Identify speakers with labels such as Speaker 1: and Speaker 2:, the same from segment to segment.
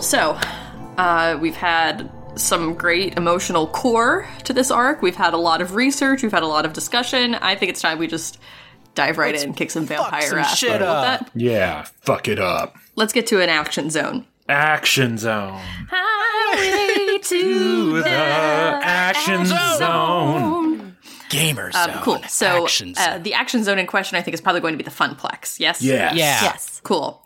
Speaker 1: So, uh, we've had some great emotional core to this arc. We've had a lot of research. We've had a lot of discussion. I think it's time we just dive right in, kick some vampire
Speaker 2: some
Speaker 1: ass.
Speaker 2: shit
Speaker 1: Right about
Speaker 2: up.
Speaker 1: that?
Speaker 3: Yeah, fuck it up.
Speaker 1: Let's get to an action zone.
Speaker 3: Action zone.
Speaker 1: Highway to
Speaker 3: The action zone.
Speaker 2: Gamers.
Speaker 1: Um, cool. So uh, the action zone in question, I think, is probably going to be the funplex. Yes.
Speaker 3: Yes.
Speaker 2: yeah.
Speaker 4: Yes.
Speaker 1: Cool.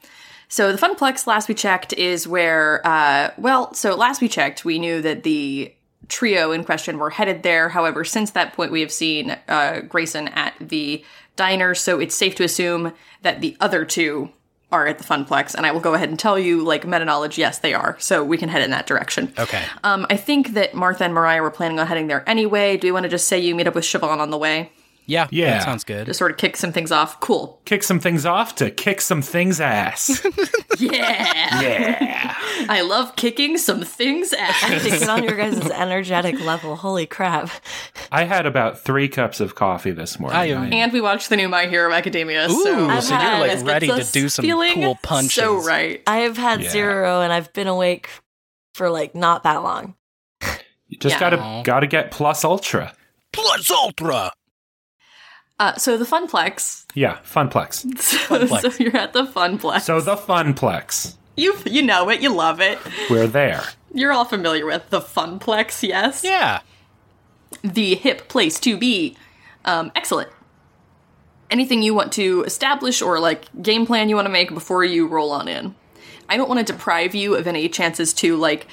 Speaker 1: So the funplex, last we checked, is where. Uh, well, so last we checked, we knew that the trio in question were headed there. However, since that point, we have seen uh, Grayson at the diner, so it's safe to assume that the other two are at the funplex. And I will go ahead and tell you, like meta knowledge, yes, they are. So we can head in that direction.
Speaker 2: Okay.
Speaker 1: Um, I think that Martha and Mariah were planning on heading there anyway. Do we want to just say you meet up with Siobhan on the way
Speaker 2: Yeah.
Speaker 3: Yeah.
Speaker 2: That sounds good.
Speaker 1: to sort of kick some things off? Cool.
Speaker 3: Kick some things off to kick some things ass.
Speaker 1: Yeah.
Speaker 3: yeah.
Speaker 1: I love kicking some things ass.
Speaker 4: Taking on your guys' energetic level. Holy crap.
Speaker 3: I had about three cups of coffee this morning.
Speaker 2: I am-
Speaker 1: and we watched the new My Hero Academia. so
Speaker 2: Ooh, so
Speaker 4: I've
Speaker 2: you're
Speaker 4: had-
Speaker 2: like
Speaker 1: This
Speaker 2: ready
Speaker 1: gets
Speaker 2: to
Speaker 1: us
Speaker 2: do some
Speaker 1: feeling
Speaker 2: cool punches.
Speaker 1: So right.
Speaker 4: I have had
Speaker 3: Yeah.
Speaker 4: zero and I've been awake for like not that long.
Speaker 3: You just
Speaker 1: Yeah.
Speaker 3: gotta gotta get plus ultra.
Speaker 2: Plus Ultra.
Speaker 1: Uh, so the Funplex.
Speaker 3: Yeah, funplex.
Speaker 1: So,
Speaker 2: Funplex.
Speaker 1: so you're at the Funplex.
Speaker 3: So the funplex.
Speaker 1: you you know it. You love it.
Speaker 3: We're there.
Speaker 1: You're all familiar with the Funplex, yes?
Speaker 2: Yeah.
Speaker 1: the hip place to be. Um, excellent. Anything you want to establish or like game plan you want to make before you roll on in. I don't want to deprive you of any chances to like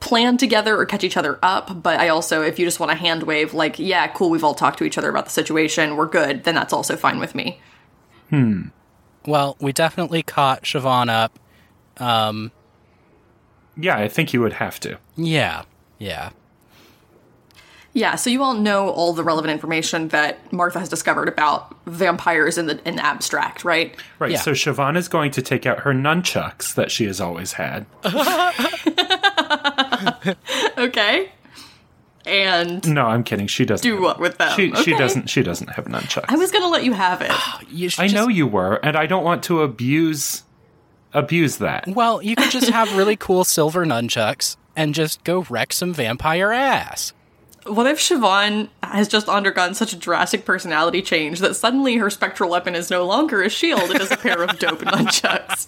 Speaker 1: plan together or catch each other up, but I also, if you just want to hand wave, like, yeah, cool, we've all talked to each other about the situation, we're good, then that's also fine with me.
Speaker 2: Well, we definitely caught Siobhan up. Um,
Speaker 3: Yeah, I think you would have to.
Speaker 2: yeah. Yeah.
Speaker 1: Yeah, so you all know all the relevant information that Martha has discovered about vampires in the in the abstract, right?
Speaker 3: Right.
Speaker 2: Yeah.
Speaker 3: So Siobhan is going to take out her nunchucks that she has always had.
Speaker 1: Okay. And
Speaker 3: No, I'm kidding. She doesn't.
Speaker 1: do what with them?
Speaker 3: She, she
Speaker 1: Okay.
Speaker 3: doesn't. She doesn't have nunchucks.
Speaker 1: I was gonna let you have it.
Speaker 2: You should
Speaker 3: I
Speaker 2: just-
Speaker 3: know you were, and I don't want to abuse abuse that.
Speaker 2: Well, you could just have really cool silver nunchucks and just go wreck some vampire ass.
Speaker 1: What if Siobhan has just undergone such a drastic personality change that suddenly her spectral weapon is no longer a shield, it is a pair of dope nunchucks?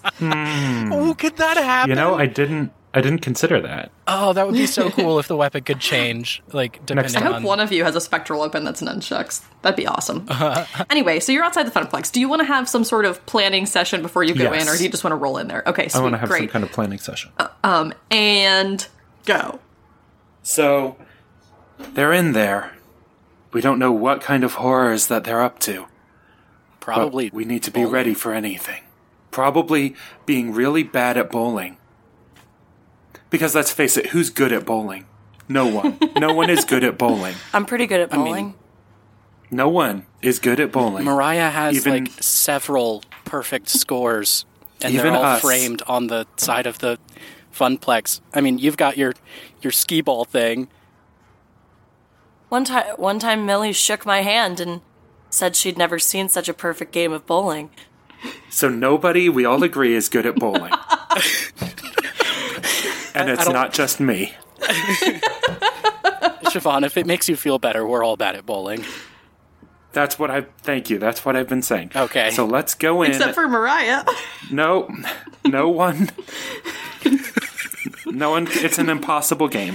Speaker 2: Oh, could that happen?
Speaker 3: Hmm. You know, I didn't. I didn't consider that.
Speaker 2: oh, that would be so cool if the weapon could change, like depending
Speaker 1: I hope
Speaker 2: on.
Speaker 1: one of you has a spectral weapon that's nunchucks. That'd be awesome. anyway, so you're outside the funplex. Do you want to have some sort of planning session before you go
Speaker 3: Yes.
Speaker 1: in, or do you just want to roll in there? Okay, sweet,
Speaker 3: I want to have some
Speaker 1: great.
Speaker 3: kind of planning session.
Speaker 2: Uh,
Speaker 1: um, and go.
Speaker 3: So they're in there. We don't know what kind of horrors that they're up to. but
Speaker 2: probably
Speaker 3: we need to be ready for anything. Probably being really bad at bowling. Because let's face it, who's good at bowling? No one. no one is good at bowling.
Speaker 4: I'm pretty good at bowling.
Speaker 3: No one is good at bowling.
Speaker 2: Mariah has
Speaker 3: Even-
Speaker 2: like several perfect scores, and
Speaker 3: Even
Speaker 2: they're all
Speaker 3: us.
Speaker 2: framed on the side of the funplex. I mean, you've got your your skee ball thing.
Speaker 4: One time, one time, Millie shook my hand and said she'd never seen such a perfect game of bowling.
Speaker 3: So nobody, we all agree, is good at bowling. and it's not just me.
Speaker 2: Siobhan, if it makes you feel better, we're all bad at bowling.
Speaker 3: That's what I thank you. That's what I've been saying.
Speaker 2: Okay.
Speaker 3: So let's go in.
Speaker 1: Except for Mariah.
Speaker 3: no, no one. No one. It's an impossible game.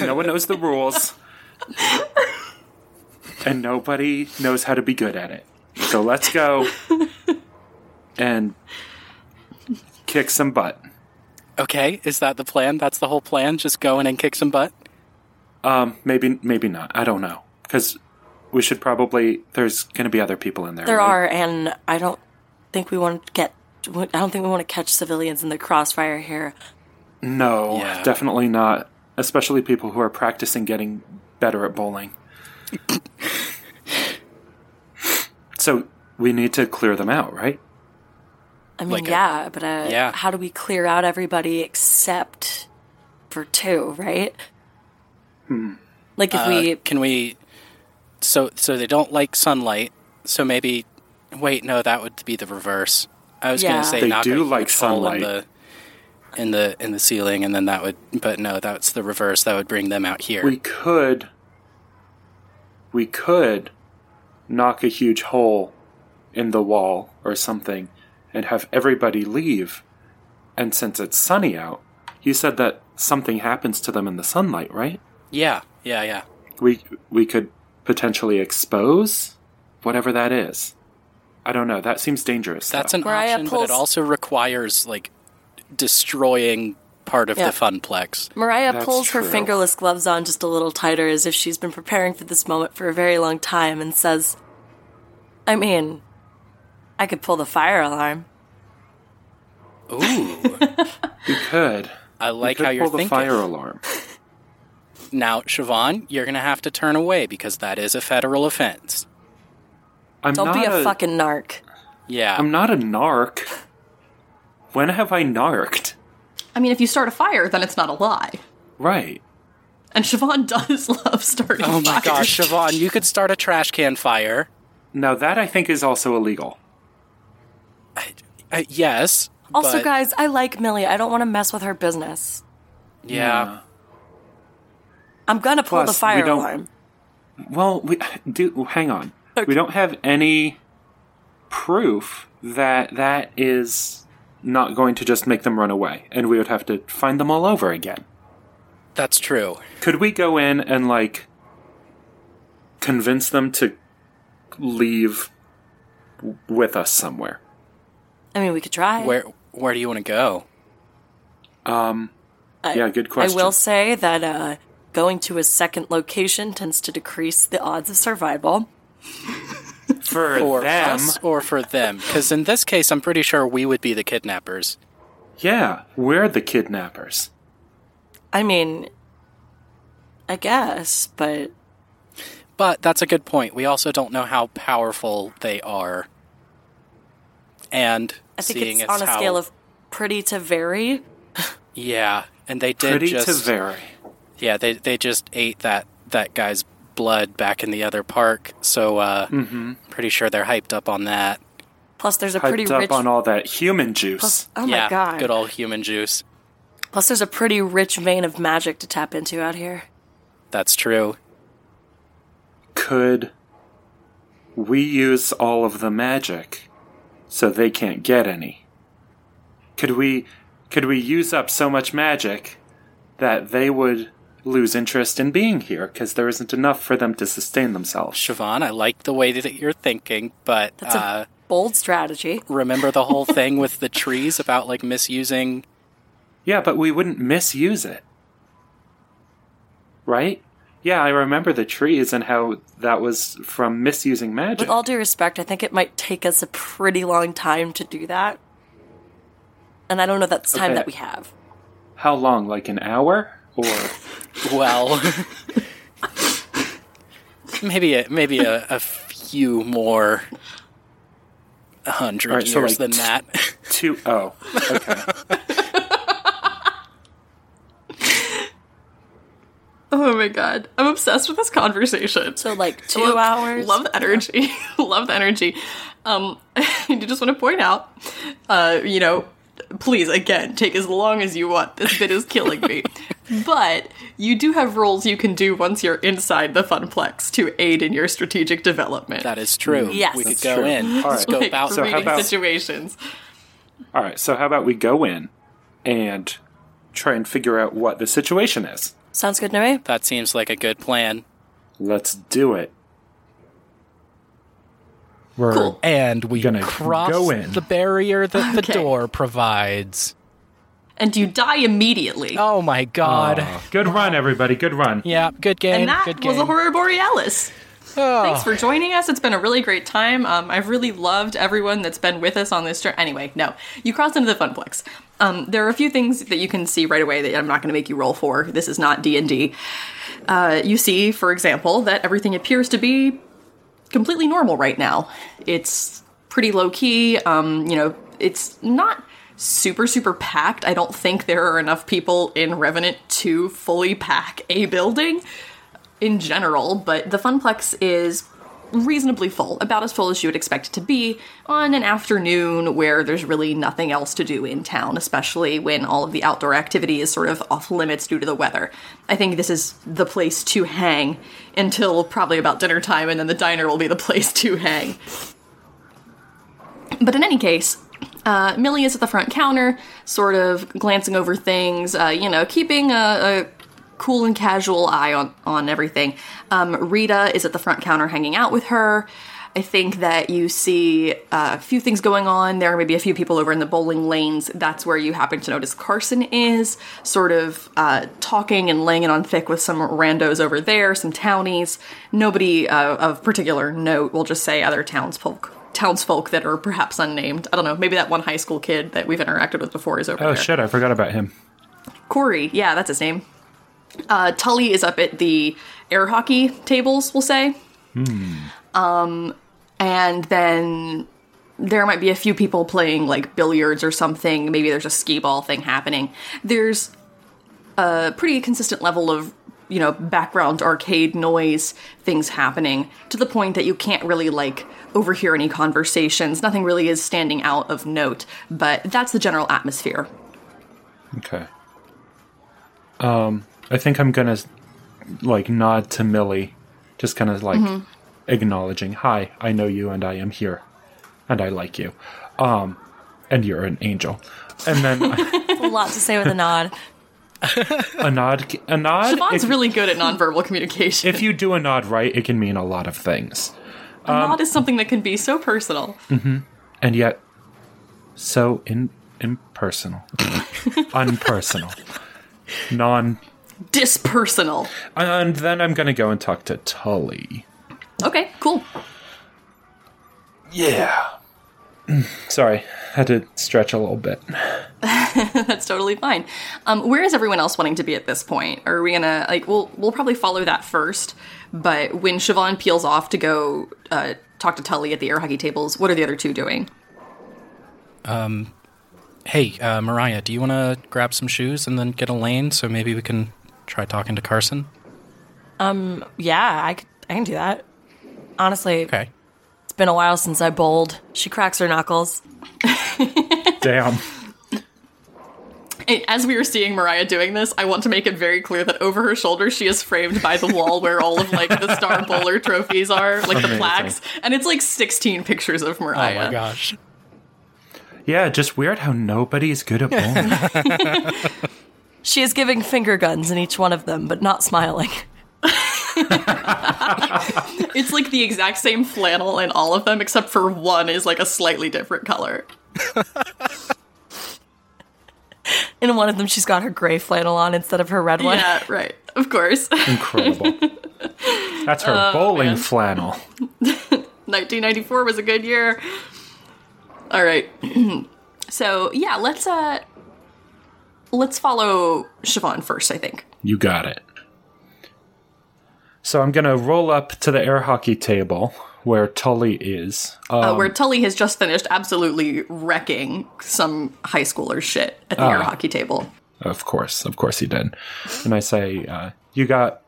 Speaker 3: No one knows the rules, and nobody knows how to be good at it. So let's go and kick some butt.
Speaker 2: Okay, is that the plan? That's the whole plan? Just go in and kick some butt?
Speaker 3: Um, maybe, maybe not. I don't know because we should probably. There's going to be other people in there.
Speaker 4: There
Speaker 3: right?
Speaker 4: are, and I don't think we want to get. I don't think we want to catch civilians in the crossfire here.
Speaker 3: No,
Speaker 2: Yeah.
Speaker 3: definitely not. Especially people who are practicing getting better at bowling. so we need to clear them out, right?
Speaker 4: I mean,
Speaker 2: Like a-
Speaker 4: yeah, but uh,
Speaker 2: yeah.
Speaker 4: how do we clear out everybody except for two, right? Like if
Speaker 2: Uh,
Speaker 4: we
Speaker 2: can we so so they don't like sunlight so maybe wait no that would be the reverse i was
Speaker 4: Yeah.
Speaker 2: gonna say
Speaker 3: They
Speaker 2: knock
Speaker 3: do
Speaker 2: a
Speaker 3: like
Speaker 2: huge hole in
Speaker 3: sunlight.
Speaker 2: the in the in the ceiling, and then that would. But no, that's the reverse. That would bring them out here.
Speaker 3: We could. We could knock a huge hole in the wall or something and have everybody leave. And since it's sunny out, you said that something happens to them in the sunlight, right?
Speaker 2: yeah, yeah, yeah.
Speaker 3: We we could potentially expose whatever that is. I don't know. That seems dangerous.
Speaker 2: That's
Speaker 3: though.
Speaker 2: an
Speaker 5: Mariah
Speaker 2: option, but
Speaker 5: pulls-
Speaker 2: it also requires like destroying part of
Speaker 5: Yeah.
Speaker 2: the funplex.
Speaker 5: Mariah
Speaker 3: That's
Speaker 5: pulls her
Speaker 3: true.
Speaker 5: fingerless gloves on just a little tighter as if she's been preparing for this moment for a very long time and says, I mean, I could pull the fire alarm.
Speaker 2: Ooh,
Speaker 3: you could.
Speaker 2: I like
Speaker 3: you could
Speaker 2: how you're
Speaker 3: pull
Speaker 2: thinking.
Speaker 3: the fire alarm.
Speaker 2: Now, Siobhan, you're gonna have to turn away because that is a federal offense.
Speaker 3: I'm
Speaker 5: Don't
Speaker 3: not
Speaker 5: be a, fucking narc.
Speaker 2: Yeah,
Speaker 3: I'm not a narc. When have I narked?
Speaker 1: I mean, if you start a fire, then it's not a lie.
Speaker 3: Right.
Speaker 1: And Siobhan does love starting
Speaker 2: Oh my
Speaker 1: fires.
Speaker 2: gosh, Siobhan, you could start a trash can fire.
Speaker 3: Now that I think is also illegal.
Speaker 2: I, I, yes.
Speaker 5: Also,
Speaker 2: but-
Speaker 5: guys, I like Millie. I don't want to mess with her business.
Speaker 2: Yeah.
Speaker 5: I'm gonna pull
Speaker 3: Plus,
Speaker 5: the
Speaker 3: we
Speaker 5: fire
Speaker 3: don't-
Speaker 5: alarm.
Speaker 3: Well, we do. Hang on. We don't have any proof that that is not going to just make them run away, and we would have to find them all over again.
Speaker 2: That's true.
Speaker 3: Could we go in and like convince them to leave w- with us somewhere?
Speaker 5: I mean, we could try.
Speaker 2: Where where do you want to go?
Speaker 5: I,
Speaker 3: yeah, good question.
Speaker 5: I will say that uh, going to a second location tends to decrease the odds of survival.
Speaker 3: For,
Speaker 2: For
Speaker 3: them,
Speaker 2: us or for them? Because in this case, I'm pretty sure we would be the kidnappers.
Speaker 3: yeah, we're the kidnappers.
Speaker 5: I mean, I guess, but
Speaker 2: But that's a good point. We also don't know how powerful they are. And
Speaker 5: I think
Speaker 2: seeing
Speaker 5: it's
Speaker 2: as
Speaker 5: on a
Speaker 2: how-
Speaker 5: scale of pretty to very.
Speaker 2: yeah, and they did
Speaker 3: Pretty
Speaker 2: just
Speaker 3: to very.
Speaker 2: yeah they they just ate that that guy's blood back in the other park. So uh,
Speaker 3: Mm-hmm.
Speaker 2: pretty sure they're hyped up on that.
Speaker 5: Plus, there's a pretty
Speaker 3: Hyped up
Speaker 5: rich.
Speaker 3: on all that human juice.
Speaker 5: plus, oh
Speaker 2: yeah,
Speaker 5: my god!
Speaker 2: good old human juice.
Speaker 5: plus, there's a pretty rich vein of magic to tap into out here.
Speaker 2: That's true.
Speaker 3: could we use all of the magic so they can't get any could we could we use up so much magic that they would lose interest in being here because there isn't enough for them to sustain themselves
Speaker 2: Siobhan, I like the way that you're thinking, but
Speaker 5: That's a
Speaker 2: uh,
Speaker 5: bold strategy.
Speaker 2: remember the whole thing with the trees about like misusing.
Speaker 3: yeah but we wouldn't misuse it right yeah i remember the trees and how that was from misusing magic
Speaker 5: With all due respect, I think it might take us a pretty long time to do that. And I don't know if that's time
Speaker 3: Okay.
Speaker 5: that we have.
Speaker 3: how long like an hour or
Speaker 2: Well, maybe a, maybe a, a few more hundred
Speaker 3: All right, so,
Speaker 2: years
Speaker 3: like,
Speaker 2: than that.
Speaker 3: two oh okay
Speaker 1: Oh my god. I'm obsessed with this conversation.
Speaker 5: So like two
Speaker 1: love,
Speaker 5: hours.
Speaker 1: Love the energy. love the energy. Um, I do just want to point out, uh, you know, please again take as long as you want. This bit is killing me. but you do have roles you can do once you're inside the funplex to aid in your strategic development.
Speaker 2: that is true.
Speaker 5: Mm, Yes.
Speaker 2: we could
Speaker 5: That's
Speaker 2: go
Speaker 3: true.
Speaker 2: in.
Speaker 3: All
Speaker 2: Let's
Speaker 3: right.
Speaker 2: go
Speaker 1: like,
Speaker 2: about.
Speaker 3: So how
Speaker 1: reading
Speaker 3: about-
Speaker 1: situations.
Speaker 3: All right, so how about we go in and try and figure out what the situation is?
Speaker 5: Sounds good to me.
Speaker 2: that seems like a good plan.
Speaker 3: Let's do it.
Speaker 6: We're
Speaker 1: Cool.
Speaker 2: And we
Speaker 6: Gonna cross go in. the
Speaker 2: barrier that
Speaker 1: the Okay. door
Speaker 2: provides.
Speaker 1: And you die immediately.
Speaker 2: Oh my god.
Speaker 3: Good run, everybody. Good run.
Speaker 2: Yeah, good game. Ah.
Speaker 1: and that was a horror borealis. Thanks for joining us. It's been a really great time. Um, I've really loved everyone that's been with us on this journey. Anyway, no, you cross into the funplex. Um, there are a few things that you can see right away that I'm not going to make you roll for. This is not D and D. Uh, You see, for example, that everything appears to be completely normal right now. It's pretty low key. Um, you know, it's not super super packed. I don't think there are enough people in Revenant to fully pack a building in general, but the Funplex is reasonably full, about as full as you would expect it to be on an afternoon where there's really nothing else to do in town, especially when all of the outdoor activity is sort of off limits due to the weather. I think this is the place to hang until probably about dinner time, and then the diner will be the place to hang. But in any case, uh, Millie is at the front counter, sort of glancing over things, uh, you know, keeping a, a cool and casual eye on on everything. Um, Rita is at the front counter hanging out with her. I think that you see uh, a few things going on. There are maybe a few people over in the bowling lanes. That's where you happen to notice Carson is, sort of uh, talking and laying it on thick with some randos over there, some townies. Nobody uh, of particular note. We'll just say other townsfolk, townsfolk that are perhaps unnamed. I don't know. Maybe that one high school kid that we've interacted with before is over
Speaker 7: Oh
Speaker 1: there.
Speaker 7: shit, I forgot about him.
Speaker 1: Corey, yeah, that's his name. Uh, Tully is up at the air hockey tables, we'll say. Um, and then there might be a few people playing like billiards or something. Maybe there's a skee ball thing happening. There's a pretty consistent level of you know background arcade noise things happening to the point that you can't really like overhear any conversations nothing really is standing out of note but that's the general atmosphere
Speaker 7: Okay. Um,
Speaker 3: Um, I think I'm gonna like nod to Millie, just kind of like
Speaker 1: Mm-hmm.
Speaker 3: acknowledging, "Hi, I know you, and I am here, and I like you, um, and you're an angel." And then
Speaker 4: A lot to say with a nod.
Speaker 3: a nod, a nod.
Speaker 1: Siobhan's
Speaker 3: if,
Speaker 1: really good at nonverbal communication.
Speaker 3: if you do a nod right, it can mean a lot of things,
Speaker 1: a
Speaker 3: um,
Speaker 1: nod is something that can be so personal.
Speaker 3: and yet so in impersonal, unpersonal, non.
Speaker 1: Dispersonal.
Speaker 3: And then I'm gonna go and talk to Tully.
Speaker 1: Okay, cool.
Speaker 3: Yeah. Sorry, had to stretch a little bit.
Speaker 1: That's totally fine. Um, where is everyone else wanting to be at this point? Are we gonna like we'll we'll probably follow that first, but when Siobhan peels off to go uh, talk to Tully at the air hockey tables, what are the other two doing?
Speaker 2: Hey, uh, Mariah, do you want to grab some shoes and then get a lane so maybe we can try talking to Carson?
Speaker 4: Yeah, I, c- I can do that. Honestly,
Speaker 2: Okay.
Speaker 4: it's been a while since I bowled. She cracks her knuckles.
Speaker 3: Damn.
Speaker 1: And as we were seeing Mariah doing this, I want to make it very clear that over her shoulder she is framed by the wall where all of like the star bowler trophies are, like the
Speaker 3: Amazing.
Speaker 1: plaques, and it's like 16 pictures of Mariah.
Speaker 2: Oh my gosh.
Speaker 3: Yeah, just weird how nobody's good at bowling.
Speaker 4: She is giving finger guns in each one of them, but not smiling.
Speaker 1: It's like the exact same flannel in all of them, except for one is like a slightly different color.
Speaker 4: In one of them, she's got her gray flannel on instead of her red one.
Speaker 1: Yeah, right. Of course.
Speaker 3: Incredible. That's her bowling flannel.
Speaker 1: 1994 was a good year. All right. so yeah, let's uh, let's follow Siobhan first. I think.
Speaker 3: You got it. So I'm gonna roll up to the air hockey table where Tully is. Uh,
Speaker 1: uh, where Tully has just finished absolutely wrecking some high schooler shit at the air hockey table.
Speaker 3: of course, of course he did. And I say, uh, "You got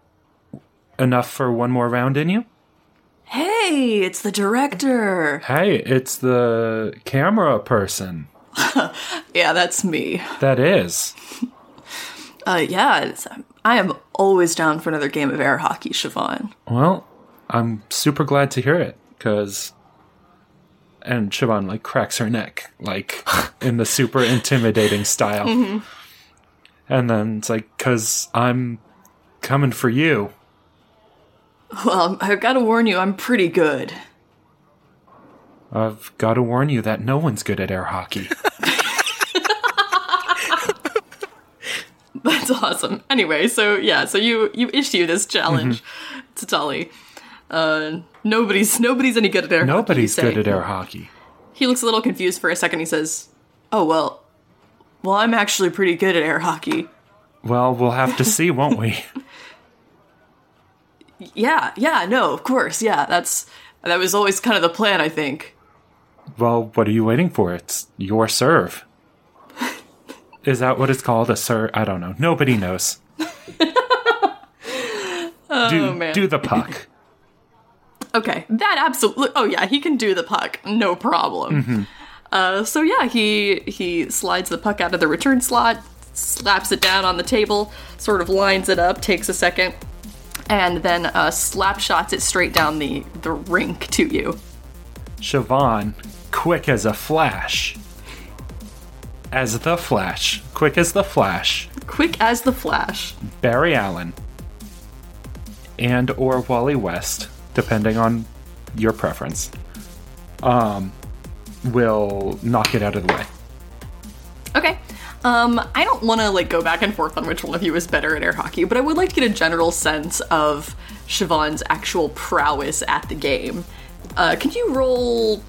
Speaker 3: enough for one more round in you?"
Speaker 1: Hey, it's the director.
Speaker 3: Hey, it's the camera person.
Speaker 1: Yeah, that's me.
Speaker 3: That is.
Speaker 1: Uh, yeah, it's, I am always down for another game of air hockey, Siobhan.
Speaker 3: Well, I'm super glad to hear it because. And Siobhan like cracks her neck, like in the super intimidating style. And then it's like, because I'm coming for you.
Speaker 1: Well, I've got to warn you, I'm pretty good.
Speaker 3: I've got to warn you that no one's good at air hockey.
Speaker 1: That's awesome. Anyway, so yeah, so you you issue this challenge
Speaker 3: Mm-hmm.
Speaker 1: to Tully. Uh, nobody's nobody's any good at air.
Speaker 3: Nobody's
Speaker 1: hockey, you
Speaker 3: good
Speaker 1: say.
Speaker 3: at air hockey.
Speaker 1: He looks a little confused for a second. He says, "Oh well, well I'm actually pretty good at air hockey."
Speaker 3: Well, we'll have to see, won't we?
Speaker 1: Yeah, yeah, no, of course, yeah. That's that was always kind of the plan, I think.
Speaker 3: Well, what are you waiting for? It's your serve. Is that what it's called? A serve? I don't know. Nobody knows. do,
Speaker 1: man.
Speaker 3: do the puck.
Speaker 1: Okay, that absolutely. Oh yeah, he can do the puck, no problem. Uh, so yeah, he he slides the puck out of the return slot, slaps it down on the table, sort of lines it up, takes a second, and then uh, slap shots it straight down the the rink to you.
Speaker 3: Siobhan, quick as a flash. As the flash. Quick as the flash.
Speaker 1: Quick as the flash.
Speaker 3: Barry Allen and or Wally West, depending on your preference, um, will knock it out of the way.
Speaker 1: Okay. Um, I don't want to like go back and forth on which one of you is better at air hockey, but I would like to get a general sense of Siobhan's actual prowess at the game. Uh, can you roll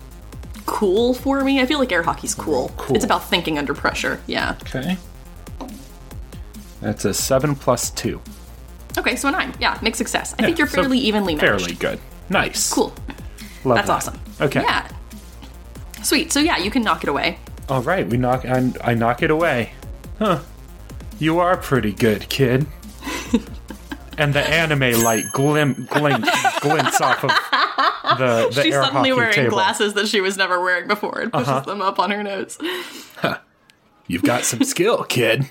Speaker 1: cool for me? I feel like air hockey's cool.
Speaker 3: Cool.
Speaker 1: It's about thinking under pressure. Yeah.
Speaker 7: Okay.
Speaker 3: That's a seven plus two.
Speaker 1: Okay, so a nine. Yeah, make success. I think you're
Speaker 3: so
Speaker 1: fairly evenly matched.
Speaker 3: Fairly good. Nice.
Speaker 1: Cool.
Speaker 3: Love
Speaker 1: That's
Speaker 3: that.
Speaker 1: awesome.
Speaker 3: Okay.
Speaker 1: Yeah. Sweet. So yeah, you can knock it away.
Speaker 3: All right. We knock. I, I knock it away. Huh. You are pretty good, kid. and the anime light glim, glint, glints off of the the
Speaker 1: She's
Speaker 3: air
Speaker 1: suddenly
Speaker 3: hockey
Speaker 1: wearing
Speaker 3: table. Uh-huh.
Speaker 1: glasses that she was never wearing before and pushes them up on her nose.
Speaker 3: You've got some skill, kid.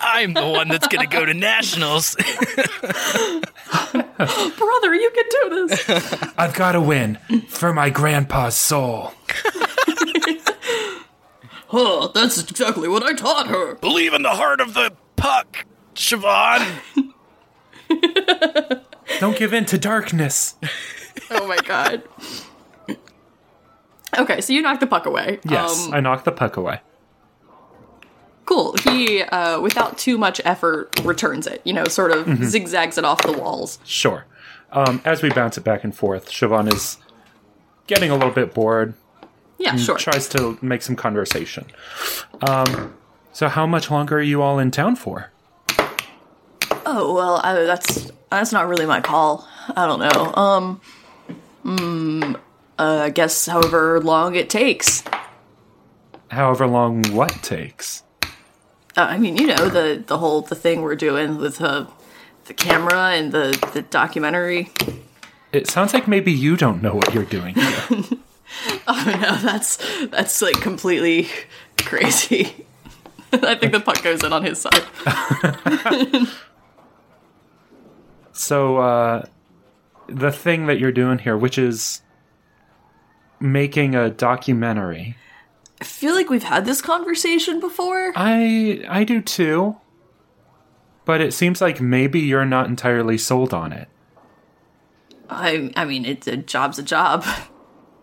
Speaker 2: I'm the one that's going to go to nationals.
Speaker 1: Brother, you can do this.
Speaker 3: I've got to win for my grandpa's soul.
Speaker 1: Huh, that's exactly what I taught her.
Speaker 2: Believe in the heart of the puck, Siobhan.
Speaker 3: Don't give in to darkness.
Speaker 1: Oh my god. okay, so you knock the puck away.
Speaker 3: Yes,
Speaker 1: Um,
Speaker 3: I knocked the puck away.
Speaker 1: cool. He, uh, without too much effort, returns it. You know, sort of zigzags it off the walls.
Speaker 3: Sure. Um, as we bounce it back and forth, Siobhan is getting a little bit bored,
Speaker 1: Yeah, sure.
Speaker 3: tries to make some conversation. Um, so, how much longer are you all in town for?
Speaker 4: Oh well, I, that's that's not really my call. I don't know. Um, mm, uh, I guess however long it takes.
Speaker 3: However long what takes.
Speaker 4: Uh, I mean, you know the the whole the thing we're doing with the the camera and the the documentary.
Speaker 3: It sounds like maybe you don't know what you're doing. here.
Speaker 4: No, that's that's like completely crazy.
Speaker 1: I think the puck goes in on his side.
Speaker 3: so, uh, the thing that you're doing here, which is making a documentary.
Speaker 4: I feel like we've had this conversation before.
Speaker 3: I I do too. But it seems like maybe you're not entirely sold on it.
Speaker 4: I I mean, it's a job's a job.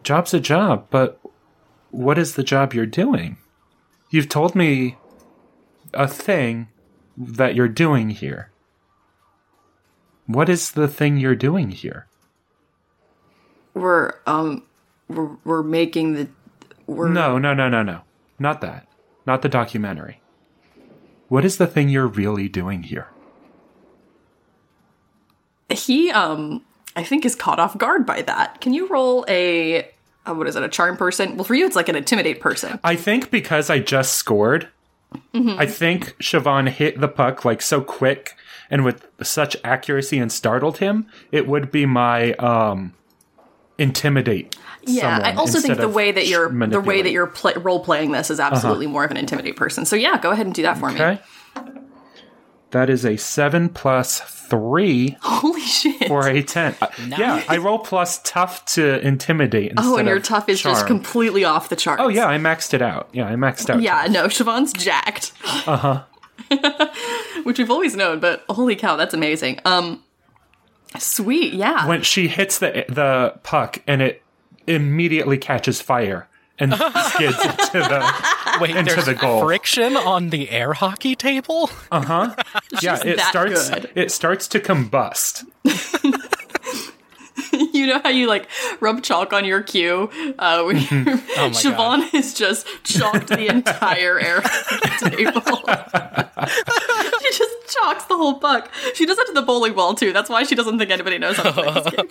Speaker 3: Job's a job, but what is the job you're doing? You've told me a thing that you're doing here. What is the thing you're doing here?
Speaker 4: We're um we're, we're making the we're
Speaker 3: No, no, no, no, no. Not that. Not the documentary. What is the thing you're really doing here?
Speaker 1: He, um, I think is caught off guard by that. Can you roll a, uh what is it, a charm person? Well, for you, it's like an intimidate person.
Speaker 3: I think because I just scored,
Speaker 1: Mm-hmm.
Speaker 3: I think Siobhan hit the puck like so quick and with such accuracy and startled him. It would be my um intimidate.
Speaker 1: Yeah, I
Speaker 3: someone
Speaker 1: also think
Speaker 3: instead
Speaker 1: the
Speaker 3: of
Speaker 1: way that
Speaker 3: sh-
Speaker 1: you're the way that
Speaker 3: manipulate.
Speaker 1: you're pla role playing this is absolutely more of an intimidate person. So yeah, go ahead and do that for me.
Speaker 3: okay. That is a seven plus three
Speaker 1: Holy shit!
Speaker 3: or a ten. Uh, Yeah, I roll plus tough to intimidate. Instead
Speaker 1: oh, and your
Speaker 3: of
Speaker 1: tough is just
Speaker 3: charm.
Speaker 1: completely off the charts.
Speaker 3: Oh yeah, I maxed it out. Yeah, I maxed out.
Speaker 1: yeah. No, Siobhan's jacked. Uh huh.
Speaker 3: Uh-huh.
Speaker 1: Which we've always known, but holy cow, that's amazing. Um, sweet. Yeah.
Speaker 3: when she hits the the puck and it immediately catches fire and skids into the
Speaker 2: Wait,
Speaker 3: Into
Speaker 2: there's
Speaker 3: the goal.
Speaker 2: friction on the air hockey table?
Speaker 3: yeah it
Speaker 1: that
Speaker 3: starts
Speaker 1: good.
Speaker 3: it starts to combust
Speaker 1: you know how you like rub chalk on your cue? Uh, when you're-
Speaker 2: Oh
Speaker 3: Oh
Speaker 2: my
Speaker 1: Siobhan has just chalked the entire air hockey table. she just chalks the whole puck. She does it to the bowling ball too. That's why she doesn't think anybody knows how to play this game.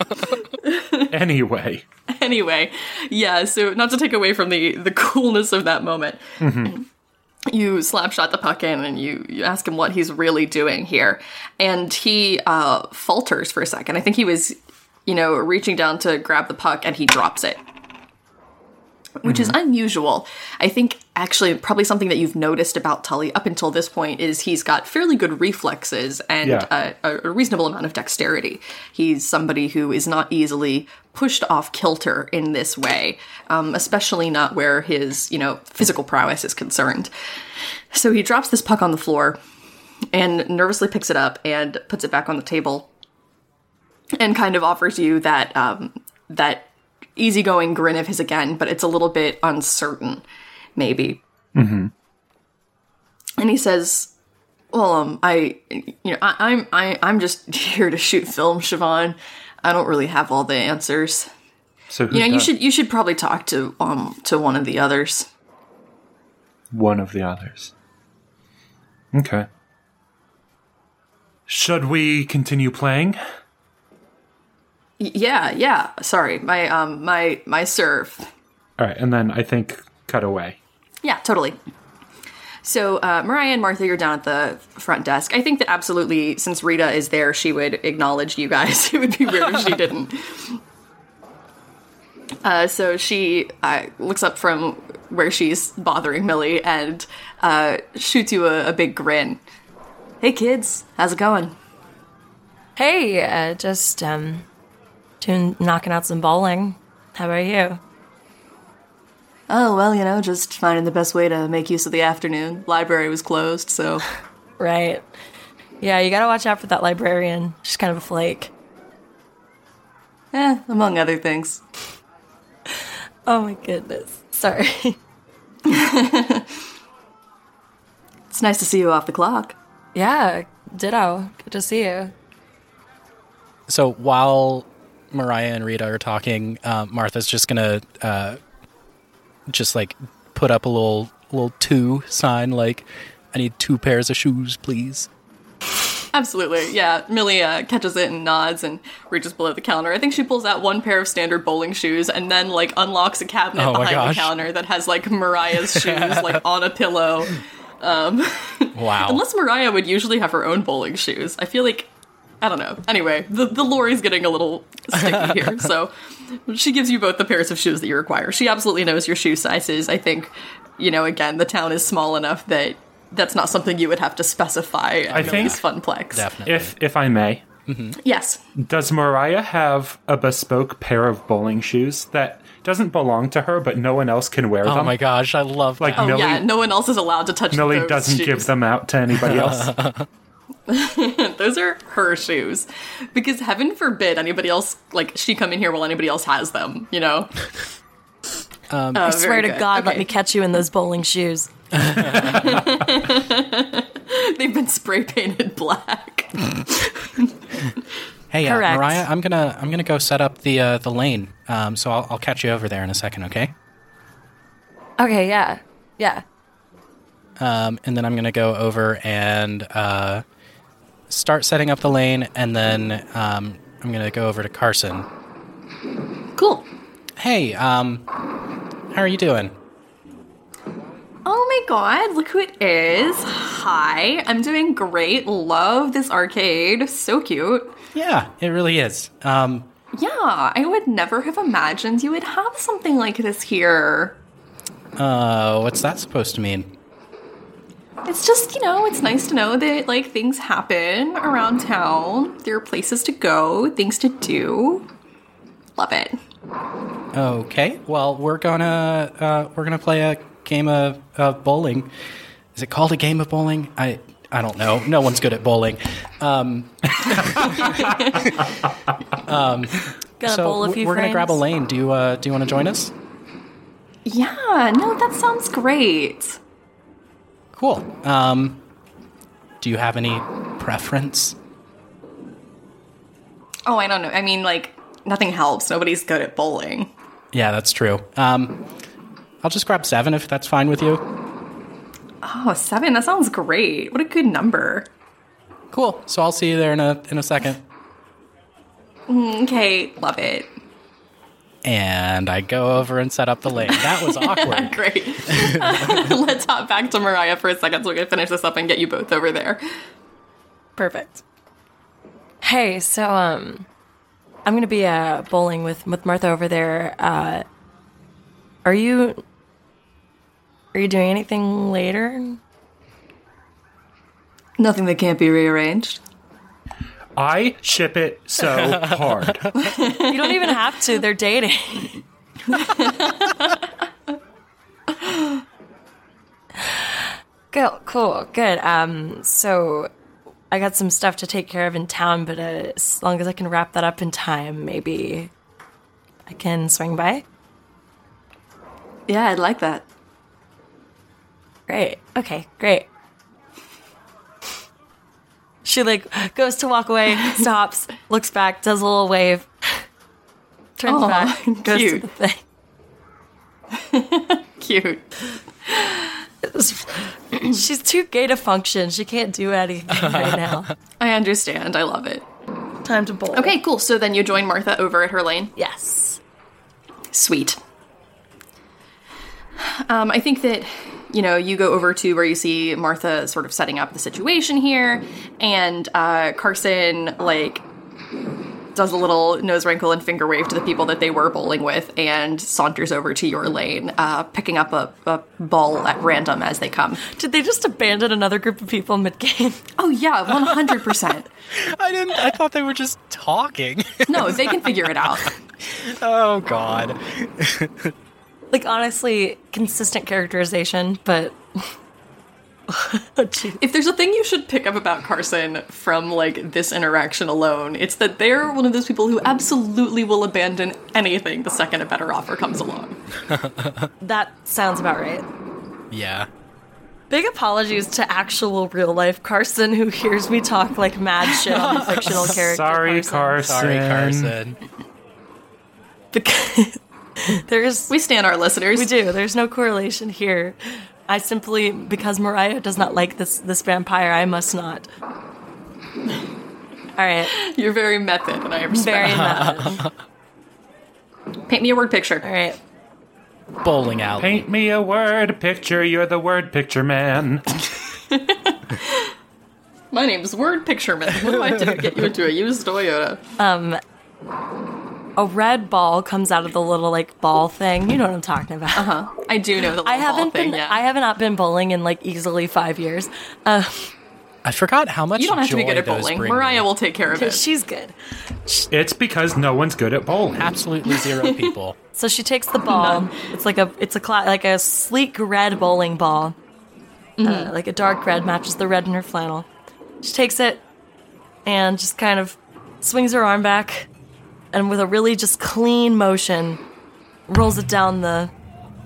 Speaker 3: anyway
Speaker 1: Anyway, yeah. So not to take away from the the coolness of that moment. You slap shot the puck in, and you, you ask him what he's really doing here, and he uh, falters for a second. I think he was you know, reaching down to grab the puck and he drops it. Which is unusual. I think actually probably something that you've noticed about Tully up until this point is he's got fairly good reflexes and
Speaker 7: Yeah.
Speaker 1: uh, a, a reasonable amount of dexterity. He's somebody who is not easily pushed off kilter in this way, um, especially not where his you know physical prowess is concerned. So he drops this puck on the floor and nervously picks it up and puts it back on the table and kind of offers you that um, that easygoing grin of his again, but it's a little bit uncertain, maybe. Mm-hmm. And he says, "Well, um, I, you know, I, I'm, I, I'm just here to shoot film, Siobhan. I don't really have all the answers.
Speaker 7: So who
Speaker 1: You know, you
Speaker 7: does?
Speaker 1: should, you should probably talk to, um, to one of the others."
Speaker 7: one of the others. Okay.
Speaker 3: Should we continue playing?
Speaker 1: Y- Yeah, yeah. Sorry, my, um, my, my serve.
Speaker 7: All right, and then I think cut away.
Speaker 1: Yeah, totally. So uh, Mariah and Martha, you're down at the front desk. I think that absolutely, since Rita is there, she would acknowledge you guys. it would be weird if she didn't. Uh, so she uh, looks up from where she's bothering Millie and uh, shoots you a, a big grin. Hey kids, how's it going?
Speaker 5: Hey, uh, just um, doing knocking out some bowling. How about you?
Speaker 1: Oh well, you know, just finding the best way to make use of the afternoon. Library was closed, so
Speaker 5: Right. Yeah, you gotta watch out for that librarian. She's kind of a flake.
Speaker 1: eh, among other things.
Speaker 5: Oh my goodness. Sorry.
Speaker 1: It's nice to see you off the clock.
Speaker 5: yeah, ditto. Good to see you.
Speaker 2: So while Mariah and Rita are talking, uh, Martha's just gonna uh, just like put up a little little two sign, like I need two pairs of shoes, please.
Speaker 1: Absolutely, yeah. Millie uh, catches it and nods and reaches below the counter. I think she pulls out one pair of standard bowling shoes and then like unlocks a cabinet
Speaker 2: Oh my
Speaker 1: behind
Speaker 2: gosh.
Speaker 1: the counter that has like Mariah's shoes like on a pillow.
Speaker 2: Wow.
Speaker 1: Unless Mariah would usually have her own bowling shoes. I feel like I don't know. Anyway, the the lorry's getting a little sticky here, so she gives you both the pairs of shoes that you require. She absolutely knows your shoe sizes. I think you know again the town is small enough that that's not something you would have to specify. I
Speaker 3: think-
Speaker 1: funplex.
Speaker 2: Definitely.
Speaker 7: If if I may,
Speaker 1: Yes.
Speaker 7: does Mariah have a bespoke pair of bowling shoes that doesn't belong to her, but no one else can wear
Speaker 2: oh
Speaker 7: them?
Speaker 2: my gosh, I love
Speaker 7: Like
Speaker 2: that.
Speaker 7: Millie,
Speaker 1: Oh, yeah, no one else is allowed to touch
Speaker 7: Millie
Speaker 1: those
Speaker 7: doesn't
Speaker 1: shoes.
Speaker 7: give them out to anybody else.
Speaker 1: Those are her shoes, because heaven forbid anybody else like she come in here while anybody else has them. You know.
Speaker 5: Um,
Speaker 1: Oh,
Speaker 5: I swear to God, let me catch you in those bowling shoes.
Speaker 1: They've been spray painted black.
Speaker 2: Hey, uh,
Speaker 5: Correct.
Speaker 2: Mariah, I'm gonna I'm gonna go set up the uh, the lane. Um, so I'll, I'll catch you over there in a second, okay?
Speaker 5: Okay, yeah. Yeah.
Speaker 2: Um, and then I'm gonna go over and uh, start setting up the lane, and then um, I'm gonna go over to Carson.
Speaker 1: cool.
Speaker 2: Hey, um, how are you doing?
Speaker 1: Oh my god, look who it is. Hi. I'm doing great. Love this arcade. So cute.
Speaker 2: Yeah, it really is. Um,
Speaker 1: Yeah, I would never have imagined you would have something like this here.
Speaker 2: uh, what's that supposed to mean?
Speaker 1: It's just, you know, it's nice to know that like things happen around town. There are places to go, things to do. Love it.
Speaker 2: Okay, well, we're gonna uh, we're gonna play a game of uh, bowling. Is it called a game of bowling? I I don't know. No one's good at bowling. Um,
Speaker 5: Gonna
Speaker 2: so
Speaker 5: bowl a
Speaker 2: w-
Speaker 5: few
Speaker 2: we're gonna
Speaker 5: frames.
Speaker 2: grab a lane. Do you uh, do you want to join us?
Speaker 1: Yeah, no, that sounds great.
Speaker 2: Cool. Um, do you have any preference?
Speaker 1: Oh, I don't know. I mean, like, nothing helps. Nobody's good at bowling.
Speaker 2: Yeah, that's true. Um, I'll just grab seven if that's fine with you.
Speaker 1: Oh, seven. That sounds great. What a good number.
Speaker 2: Cool. So I'll see you there in a in a second.
Speaker 1: Okay, love it.
Speaker 2: And I go over and set up the lane. That was awkward.
Speaker 1: Great. Let's hop back to Mariah for a second so we can finish this up and get you both over there.
Speaker 5: Perfect. Hey, so um I'm gonna be uh, bowling with with Martha over there. Uh, are you are you doing anything later?
Speaker 4: Nothing that can't be rearranged.
Speaker 7: I ship it so hard.
Speaker 5: You don't even have to. They're dating. cool, cool, good. Um, so I got some stuff to take care of in town, but uh, as long as I can wrap that up in time, maybe I can swing by.
Speaker 4: Yeah, I'd like that.
Speaker 5: Great. Okay, great. She like goes to walk away, stops, looks back, does a little wave, turns
Speaker 4: Aw,
Speaker 5: back, goes to
Speaker 4: cute.
Speaker 5: the thing.
Speaker 4: Cute.
Speaker 5: She's too gay to function. She can't do anything right now.
Speaker 1: I understand. I love it.
Speaker 5: Time to bowl.
Speaker 1: Okay, cool. So then you join Martha over at her lane.
Speaker 5: Yes.
Speaker 1: Sweet. Um, I think that, you know, you go over to where you see Martha sort of setting up the situation here, and uh, Carson, like, does a little nose wrinkle and finger wave to the people that they were bowling with and saunters over to your lane, uh, picking up a, a ball at random as they come.
Speaker 5: Did they just abandon another group of people mid game?
Speaker 1: Oh, yeah, 100%.
Speaker 2: I didn't. I thought they were just talking.
Speaker 1: no, they can figure it out.
Speaker 2: oh God.
Speaker 5: Like honestly, consistent characterization, but Oh, gee.
Speaker 1: If there's a thing you should pick up about Carson from like this interaction alone, it's that they're one of those people who absolutely will abandon anything the second a better offer comes along.
Speaker 5: that sounds about right.
Speaker 2: Yeah.
Speaker 5: Big apologies to actual real life Carson who hears me talk like mad shit on the fictional character.
Speaker 7: Sorry, Carson.
Speaker 2: Sorry, Carson.
Speaker 5: Because there's
Speaker 1: We stand our listeners.
Speaker 5: We do. There's no correlation here. I simply because Mariah does not like this this vampire, I must not. All right,
Speaker 1: You're very method, and I respect.
Speaker 5: very method.
Speaker 1: Paint me a word
Speaker 5: All
Speaker 1: picture.
Speaker 5: right,
Speaker 2: Bowling alley.
Speaker 7: Paint me a word picture. You're the word picture man.
Speaker 1: My name's Word Picture Man. What do I do to get you into a used Toyota?
Speaker 5: a red ball comes out of the little like ball thing. You know what I'm talking about.
Speaker 1: I do know the. little Uh-huh.
Speaker 5: I
Speaker 1: ball
Speaker 5: haven't
Speaker 1: thing,
Speaker 5: been.
Speaker 1: yeah.
Speaker 5: I have not been bowling in like easily five years. Uh,
Speaker 2: I forgot how much
Speaker 1: You don't have to be
Speaker 2: joy
Speaker 1: good at
Speaker 2: those
Speaker 1: bowling.
Speaker 2: bring
Speaker 1: Mariah
Speaker 2: me.
Speaker 1: will take care of it.
Speaker 5: she's good.
Speaker 7: It's because no one's good at bowling.
Speaker 2: absolutely zero people.
Speaker 5: So she takes the ball. It's like a it's a cla- like a sleek red bowling ball, uh, like a dark red matches the red in her flannel. She takes it and just kind of swings her arm back, and with a really just clean motion, rolls it down the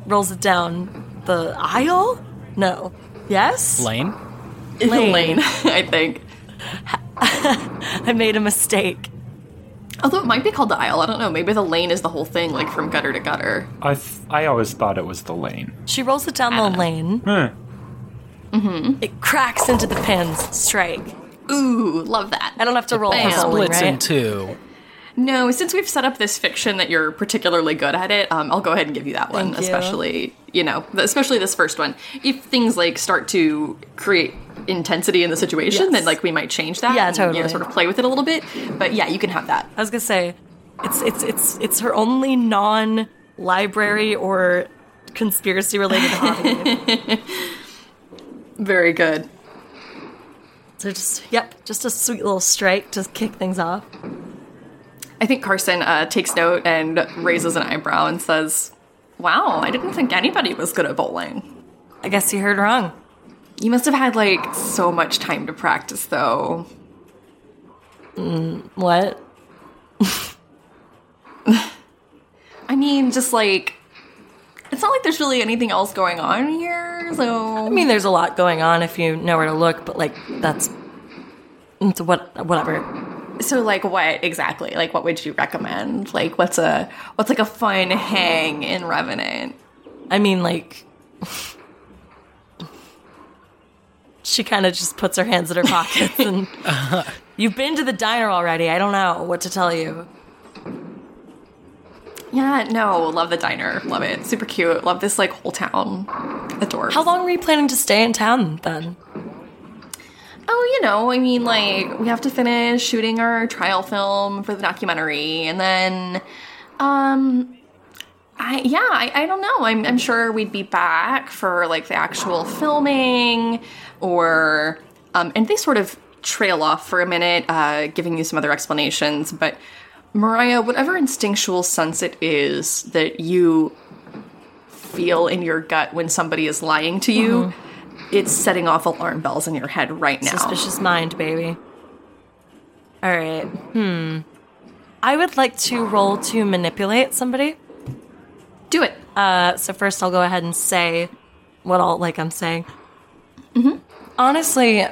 Speaker 5: rolls it down the aisle. No, yes,
Speaker 2: Lane.
Speaker 1: lane.
Speaker 5: lane.
Speaker 1: I think.
Speaker 5: I made a mistake.
Speaker 1: Although it might be called the aisle, I don't know. Maybe the lane is the whole thing, like from gutter to gutter.
Speaker 7: I, th- I always thought it was the lane.
Speaker 5: She rolls it down the lane.
Speaker 7: Huh.
Speaker 5: It cracks into the pins. Strike.
Speaker 1: Ooh, love that.
Speaker 5: I don't have to roll.
Speaker 1: Bam.
Speaker 5: for bowling,
Speaker 2: Splits
Speaker 5: right?
Speaker 2: in two.
Speaker 1: No, since we've set up this fiction that you're particularly good at it, um, I'll go ahead and give you that one,
Speaker 5: Thank you.
Speaker 1: especially you know, th- especially this first one. If things like start to create intensity in the situation,
Speaker 5: Yes.
Speaker 1: then like we might change that.
Speaker 5: Yeah,
Speaker 1: and, You know,
Speaker 5: totally.
Speaker 1: sort of play with it a little bit, but yeah, you can have that.
Speaker 5: I was gonna say, it's it's it's it's her only non-library or conspiracy-related hobby.
Speaker 1: Very good.
Speaker 5: so just yep, just a sweet little strike to kick things off.
Speaker 1: I think Carson uh, takes note and raises an eyebrow and says, "Wow, I didn't think anybody was good at bowling.
Speaker 5: I guess you heard wrong.
Speaker 1: You must have had like so much time to practice, though."
Speaker 5: What?
Speaker 1: I mean, just like it's not like there's really anything else going on here. So
Speaker 5: I mean, there's a lot going on if you know where to look, but like that's it's what whatever.
Speaker 1: so like what exactly? Like what would you recommend? Like what's a what's like a fun hang in Revenant?
Speaker 5: I mean, like. She kind of just puts her hands in her pockets and you've been to the diner already. I don't know what to tell you.
Speaker 1: Yeah, no, love the diner. Love it. Super cute. Love this like whole town. Adorable.
Speaker 5: How long were you planning to stay in town then?
Speaker 1: Oh, you know, I mean, like, we have to finish shooting our trial film for the documentary, and then, um, I, yeah, I, I don't know. I'm, I'm sure we'd be back for, like, the actual filming, or, um, and they sort of trail off for a minute, uh, giving you some other explanations, but Mariah, whatever instinctual sense it is that you feel in your gut when somebody is lying to you, it's setting off alarm bells in your head right now.
Speaker 5: Suspicious mind, baby. All right. Hmm. I would like to roll to manipulate somebody.
Speaker 1: Do it.
Speaker 5: Uh, so first, I'll go ahead and say what I'll like. I'm saying. Mm-hmm. Honestly,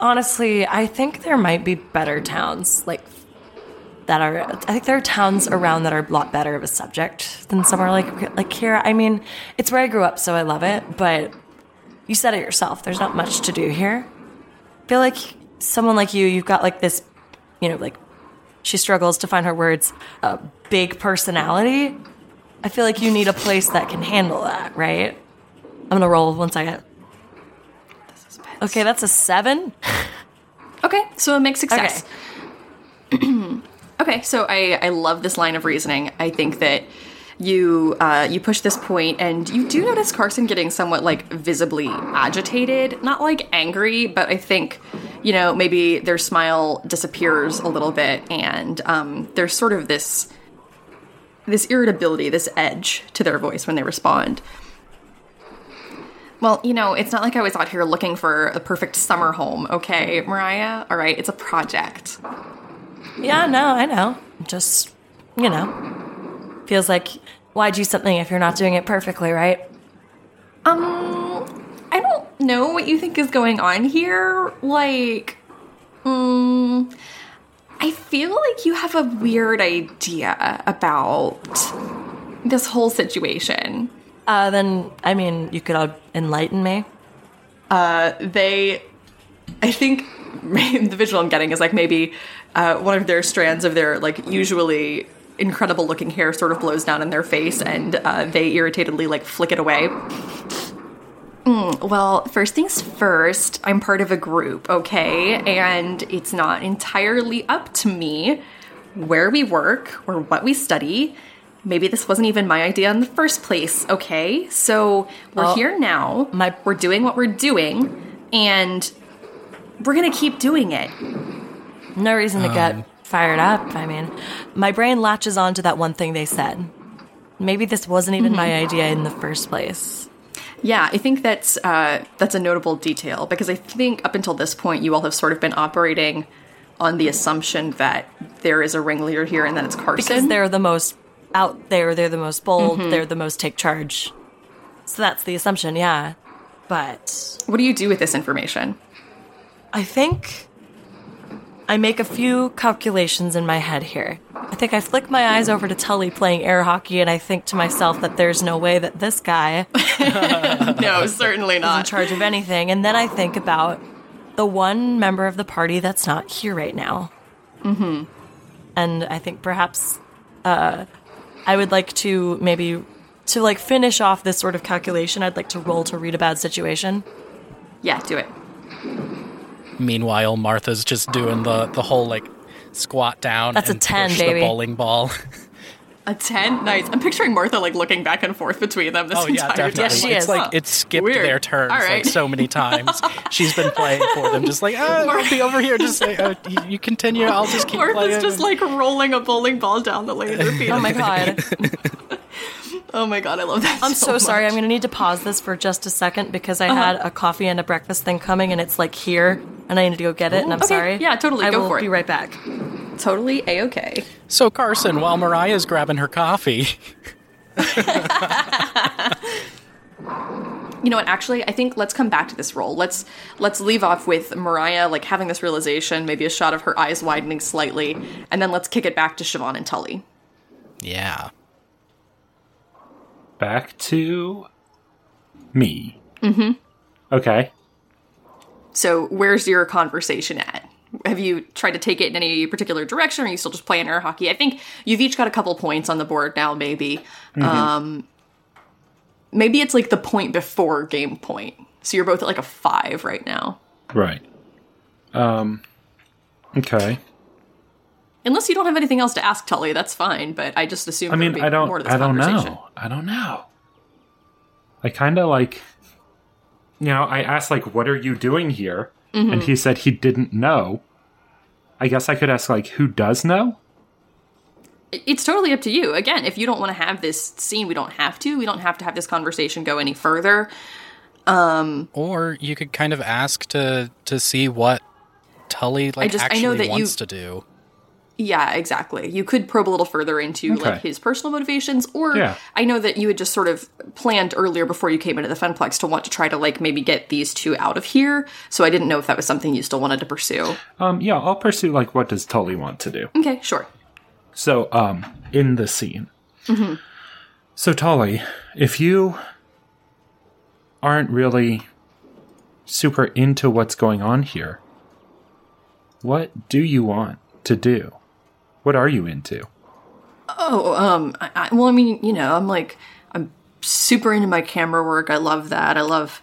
Speaker 5: honestly, I think there might be better towns like that are. I think there are towns around that are a lot better of a subject than somewhere like like here. I mean, it's where I grew up, so I love it. But you said it yourself. There's not much to do here. I feel like someone like you, you've got like this, you know, like she struggles to find her words. A big personality. I feel like you need a place that can handle that, right? I'm gonna roll one second. Okay, that's a seven.
Speaker 1: Okay, so it makes
Speaker 5: Okay.
Speaker 1: success. Okay, so I, I love this line of reasoning. I think that you uh, you push this point, and you do notice Carson getting somewhat like visibly agitated, not like angry, but I think you know maybe their smile disappears a little bit, and um, there's sort of this this irritability, this edge to their voice when they respond. Well, you know, it's not like I was out here looking for a perfect summer home, okay, Mariah? All right, it's a project.
Speaker 5: Yeah, no, I know. Just, you know, feels like why do something if you're not doing it perfectly, right?
Speaker 1: Um, I don't know what you think is going on here. Like, mm, I feel like you have a weird idea about this whole situation.
Speaker 5: Uh, then I mean, you could uh, enlighten me.
Speaker 1: They, I think, the visual I'm getting is like maybe uh, one of their strands of their like usually incredible looking hair sort of blows down in their face, and uh, they irritatedly like flick it away. Mm, Well, first things first, I'm part of a group, okay? And it's not entirely up to me where we work or what we study. Maybe this wasn't even my idea in the first place, okay? So we're
Speaker 5: Well,
Speaker 1: here now.
Speaker 5: my-
Speaker 1: we're doing what we're doing, and we're gonna keep doing it.
Speaker 5: No reason to
Speaker 2: Um.
Speaker 5: get fired up. I mean, my brain latches on to that one thing they said. Maybe this wasn't even my idea in the first place.
Speaker 1: Yeah, I think that's uh, that's a notable detail because I think up until this point, you all have sort of been operating on the assumption that there is a ringleader here and that it's Carson.
Speaker 5: Because they're the most out there, they're the most bold, they're the most take charge. So that's the assumption, yeah. But
Speaker 1: What do you do with this information?
Speaker 5: I think I make a few calculations in my head here. I think I flick my eyes over to Tully playing air hockey, and I think to myself that there's no way that this guy is
Speaker 1: No, certainly
Speaker 5: in charge of anything. And then I think about the one member of the party that's not here right now. Mm-hmm. And I think perhaps uh, I would like to maybe to like finish off this sort of calculation. I'd like to roll to read a bad situation.
Speaker 1: Yeah, do it.
Speaker 2: Meanwhile, Martha's just doing the the whole like squat down.
Speaker 5: That's a
Speaker 2: and
Speaker 5: 10,
Speaker 2: push The
Speaker 5: baby.
Speaker 2: bowling ball.
Speaker 1: A 10? Nice. I'm picturing Martha like looking back and forth between them this
Speaker 2: oh yeah,
Speaker 1: entire time.
Speaker 2: definitely.
Speaker 5: she
Speaker 2: it's
Speaker 5: is.
Speaker 2: like
Speaker 1: Huh.
Speaker 2: it skipped
Speaker 1: Weird.
Speaker 2: their turns
Speaker 1: All
Speaker 2: like
Speaker 1: right.
Speaker 2: so many times. She's been playing for them, just like ah, I'll be over here. Just say, oh, you- you continue. I'll just keep playing.
Speaker 1: Martha's just like rolling a bowling ball down the lane.
Speaker 5: Oh my god.
Speaker 1: Oh my god, I love that.
Speaker 5: I'm so, sorry. I'm
Speaker 1: much. Uh-huh.
Speaker 5: going to need to pause this for just a second because I had a coffee and a breakfast thing coming and it's like here and I need to go get it and I'm
Speaker 1: okay.
Speaker 5: sorry.
Speaker 1: Yeah, totally.
Speaker 5: I
Speaker 1: Go
Speaker 5: will
Speaker 1: for it.
Speaker 5: be right back.
Speaker 1: totally a okay.
Speaker 2: So Carson, while Mariah's grabbing her coffee,
Speaker 1: You know what? Actually, I think let's come back to this role. Let's let's leave off with Mariah like having this realization, maybe a shot of her eyes widening slightly, and then let's kick it back to Siobhan and Tully.
Speaker 2: yeah,
Speaker 7: Back to me. Mm-hmm. Okay.
Speaker 1: So, where's your conversation at? Have you tried to take it in any particular direction? Or are you still just playing air hockey? I think you've each got a couple points on the board now, maybe.
Speaker 3: Mm-hmm.
Speaker 1: Um, maybe it's like the point before game point. So you're both at like a five right now.
Speaker 3: Right. Um, okay.
Speaker 1: Unless you don't have anything else to ask Tully, that's fine. But I just assume.
Speaker 3: I mean,
Speaker 1: be
Speaker 3: I
Speaker 1: More to
Speaker 3: don't.
Speaker 1: this
Speaker 3: I don't
Speaker 1: conversation.
Speaker 3: know. I don't know. I kind of like. You know, I asked like, "What are you doing here?"
Speaker 1: Mm-hmm.
Speaker 3: And he said he didn't know. I guess I could ask like, "Who does know?"
Speaker 1: It- It's totally up to you. Again, if you don't want to have this scene, we don't have to. We don't have to have this conversation go any further.
Speaker 2: Or you could kind of ask to to see what Tully like
Speaker 1: just- I
Speaker 2: actually
Speaker 1: know that you-
Speaker 2: wants to do.
Speaker 1: Yeah, exactly. You could probe a little further into like
Speaker 3: Okay.
Speaker 1: his personal motivations, or
Speaker 3: Yeah.
Speaker 1: I know that you had just sort of planned earlier before you came into the Funplex to want to try to like maybe get these two out of here. So I didn't know if that was something you still wanted to pursue.
Speaker 3: Um, yeah, I'll pursue like, what does Tully want to do?
Speaker 1: Okay, sure.
Speaker 3: So, um, in the scene. So, Tolly, if you aren't really super into what's going on here, what do you want to do? What are you into?
Speaker 1: Oh, um, I, I, well, I mean, you know, I'm like, I'm super into my camera work. I love that. I love,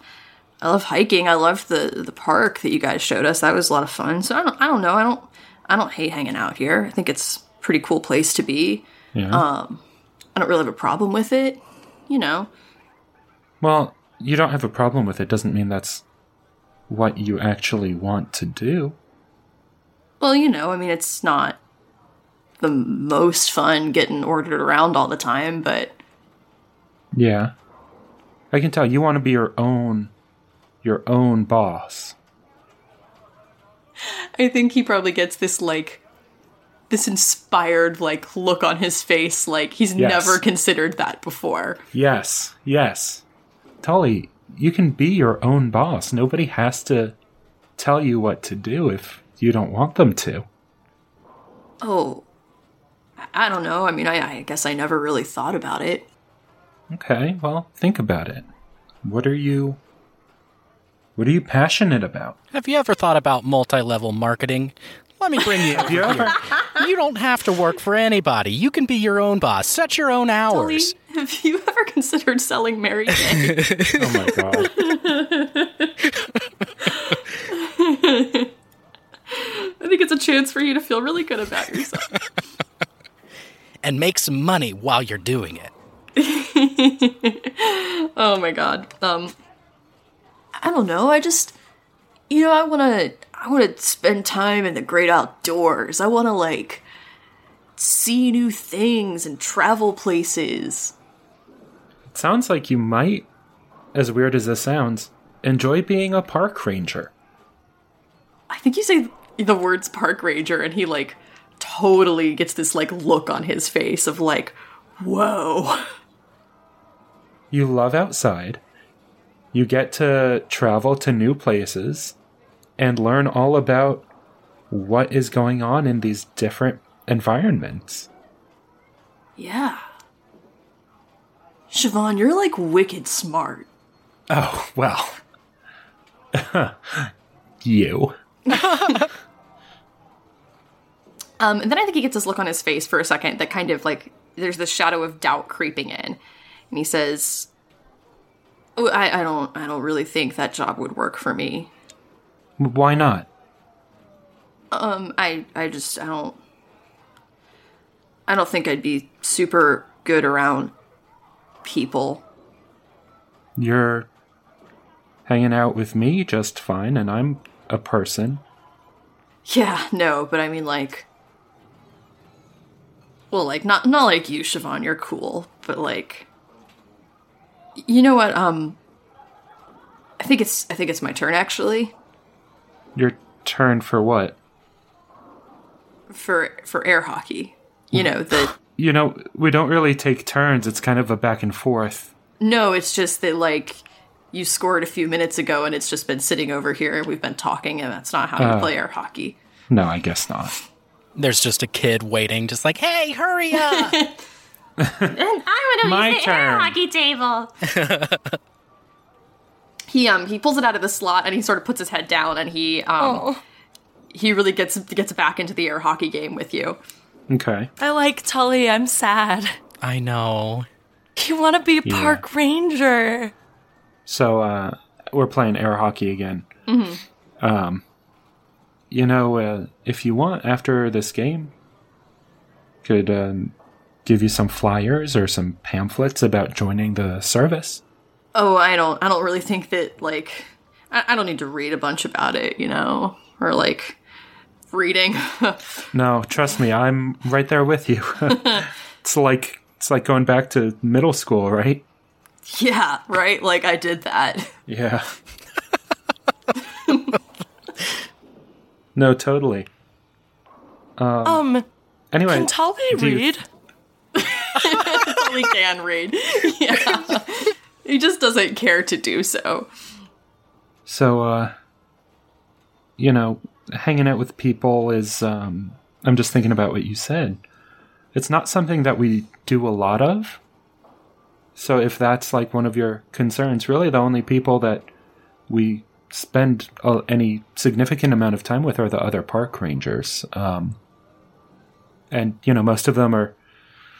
Speaker 1: I love hiking. I love the the park that you guys showed us. That was a lot of fun. So I don't, I don't know. I don't, I don't hate hanging out here. I think it's a pretty cool place to be.
Speaker 3: Yeah.
Speaker 1: I don't really have a problem with it. You know,
Speaker 3: well, you don't have a problem with it, doesn't mean that's what you actually want to do.
Speaker 1: well, you know, I mean, it's not the most fun getting ordered around all the time, but
Speaker 3: Yeah. I can tell you want to be your own your own boss.
Speaker 1: I think he probably gets this like this inspired like look on his face like he's
Speaker 3: Yes.
Speaker 1: never considered that before.
Speaker 3: Yes, yes. Tully, you can be your own boss. Nobody has to tell you what to do if you don't want them to.
Speaker 1: Oh, I- I don't know. I mean, I, I guess I never really thought about it.
Speaker 3: Okay, well, think about it. What are you What are you passionate about?
Speaker 2: Have you ever thought about multi-level marketing? Let me bring you. over here.
Speaker 3: You ever-
Speaker 2: You don't have to work for anybody. You can be your own boss. Set your own
Speaker 1: Lee,
Speaker 2: hours.
Speaker 1: have you ever considered selling Mary Kay?
Speaker 3: oh my god.
Speaker 1: I think it's a chance for you to feel really good about yourself.
Speaker 2: and make some money while you're doing it.
Speaker 1: oh my god. Um, I don't know. I just, you know, I want to, I want to spend time in the great outdoors. I want to like see new things and travel places.
Speaker 3: It sounds like you might as weird as this sounds, enjoy being a park ranger.
Speaker 1: I think you say the words park ranger and he like totally gets this like look on his face of like, whoa.
Speaker 3: You love outside. You get to travel to new places and learn all about what is going on in these different environments.
Speaker 1: Yeah. Siobhan, you're like wicked smart.
Speaker 3: Oh, well. you.
Speaker 1: Um, and then I think he gets this look on his face for a second that kind of like there's this shadow of doubt creeping in, and he says, oh, I, "I don't, I don't really think that job would work for me.
Speaker 3: Why not?
Speaker 1: Um, I, I just, I don't, I don't think I'd be super good around people.
Speaker 3: You're hanging out with me just fine, and I'm a person.
Speaker 1: Yeah, no, but I mean like, well, like not, not like you, Siobhan. You're cool, but like, you know what? Um, I think it's, I think it's my turn actually."
Speaker 3: Your turn for what?
Speaker 1: for for air hockey. You know, the
Speaker 3: You know, we don't really take turns, it's kind of a back and forth.
Speaker 1: no, it's just that like you scored a few minutes ago and it's just been sitting over here and we've been talking and that's not how you play air hockey.
Speaker 3: No, I guess not.
Speaker 2: There's just a kid waiting, just like, hey, hurry up.
Speaker 8: I want to
Speaker 3: My
Speaker 8: use the air
Speaker 3: turn.
Speaker 8: hockey table.
Speaker 1: He um he pulls it out of the slot and he sort of puts his head down and he um
Speaker 5: Oh,
Speaker 1: he really gets gets back into the air hockey game with you.
Speaker 3: Okay.
Speaker 5: I like Tully. I'm sad.
Speaker 2: I know.
Speaker 5: You want to be a park ranger?
Speaker 3: So uh, we're playing air hockey again. you know, uh, if you want, after this game, could um, give you some flyers or some pamphlets about joining the service.
Speaker 1: Oh, I don't. I don't really think that like. I, I don't need to read a bunch about it, you know, or like reading.
Speaker 3: No, trust me, I'm right there with you. it's like it's like going back to middle school, right?
Speaker 1: yeah, right. Like I did that.
Speaker 3: Yeah. no, totally.
Speaker 5: Um,
Speaker 3: Anyway,
Speaker 5: can Tali
Speaker 3: do you-
Speaker 5: read?
Speaker 1: we can read. Yeah. he just doesn't care to do so.
Speaker 3: So, uh, you know, hanging out with people is, um, I'm just thinking about what you said. It's not something that we do a lot of. So, if that's like one of your concerns, really the only people that we spend uh, any significant amount of time with are the other park rangers. Um, and, you know, most of them are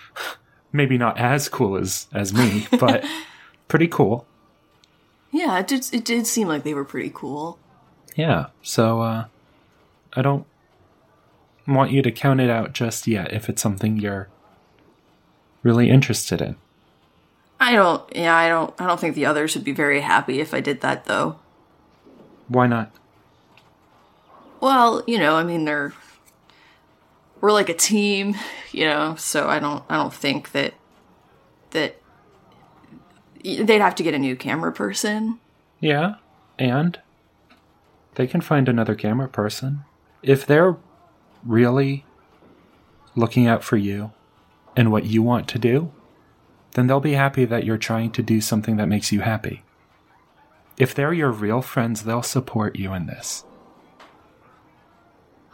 Speaker 3: maybe not as cool as, as me, but pretty cool.
Speaker 9: Yeah, it did, it did seem like they were pretty cool.
Speaker 3: Yeah. So uh, I don't want you to count it out just yet if it's something you're really interested in.
Speaker 9: I don't. Yeah, I don't. I don't think the others would be very happy if I did that, though.
Speaker 3: Why not?
Speaker 9: Well, you know, I mean, they're we're like a team, you know. So I don't. I don't think that that they'd have to get a new camera person.
Speaker 3: Yeah. And they can find another camera person. If they're really looking out for you and what you want to do, then they'll be happy that you're trying to do something that makes you happy. If they're your real friends, they'll support you in this.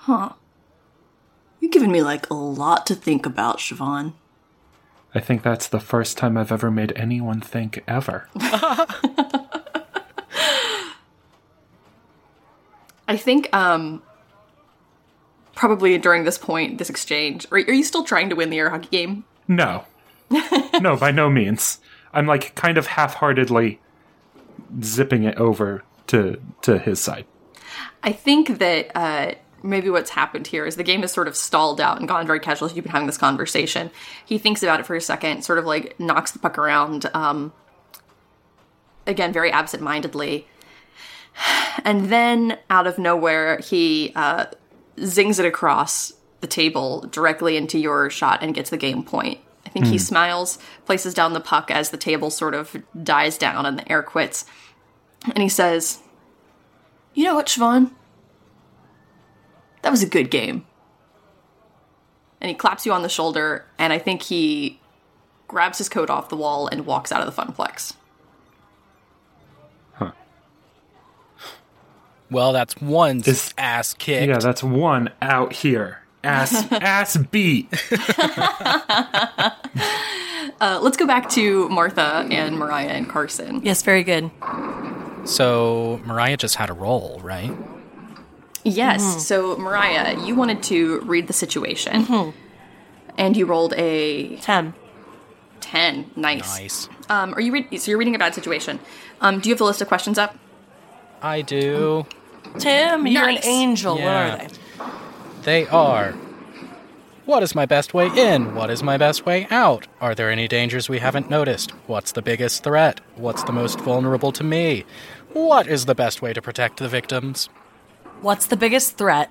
Speaker 9: You've given me like a lot to think about, Siobhan.
Speaker 3: I think that's the first time I've ever made anyone think ever.
Speaker 1: I think um probably during this point, this exchange. Are, are you still trying to win the air hockey game?
Speaker 3: No. no, by no means. I'm like kind of half-heartedly zipping it over to to his side.
Speaker 1: I think that uh, maybe what's happened here is the game has sort of stalled out and gone very casual. You've been having this conversation. He thinks about it for a second, sort of like knocks the puck around, um, again, very absent mindedly. And then out of nowhere, he uh, zings it across the table directly into your shot and gets the game point. I think he smiles, places down the puck as the table sort of dies down and the air quits. And he says,
Speaker 9: You know what, Siobhan? That was a good game.
Speaker 1: and he claps you on the shoulder and i think he grabs his coat off the wall and walks out of the funplex
Speaker 2: Well, that's one
Speaker 3: Is-
Speaker 2: ass kick.
Speaker 3: Yeah, that's one out here. Ass ass beat.
Speaker 1: uh, let's go back to martha and mariah and carson
Speaker 5: Yes, very good.
Speaker 2: So Mariah just had a roll, right?
Speaker 1: yes so mariah you wanted to read the situation and you rolled a
Speaker 5: Ten.
Speaker 1: 10 nice,
Speaker 2: Nice.
Speaker 1: um are you read- so you're reading a bad situation um do you have the list of questions up
Speaker 2: I do.
Speaker 5: Tim, you're
Speaker 1: Nice.
Speaker 5: an angel.
Speaker 2: Yeah.
Speaker 5: What are they?
Speaker 2: They are. What is my best way in? What is my best way out? Are there any dangers we haven't noticed? What's the biggest threat? What's the most vulnerable to me? What is the best way to protect the victims?
Speaker 5: What's the biggest threat?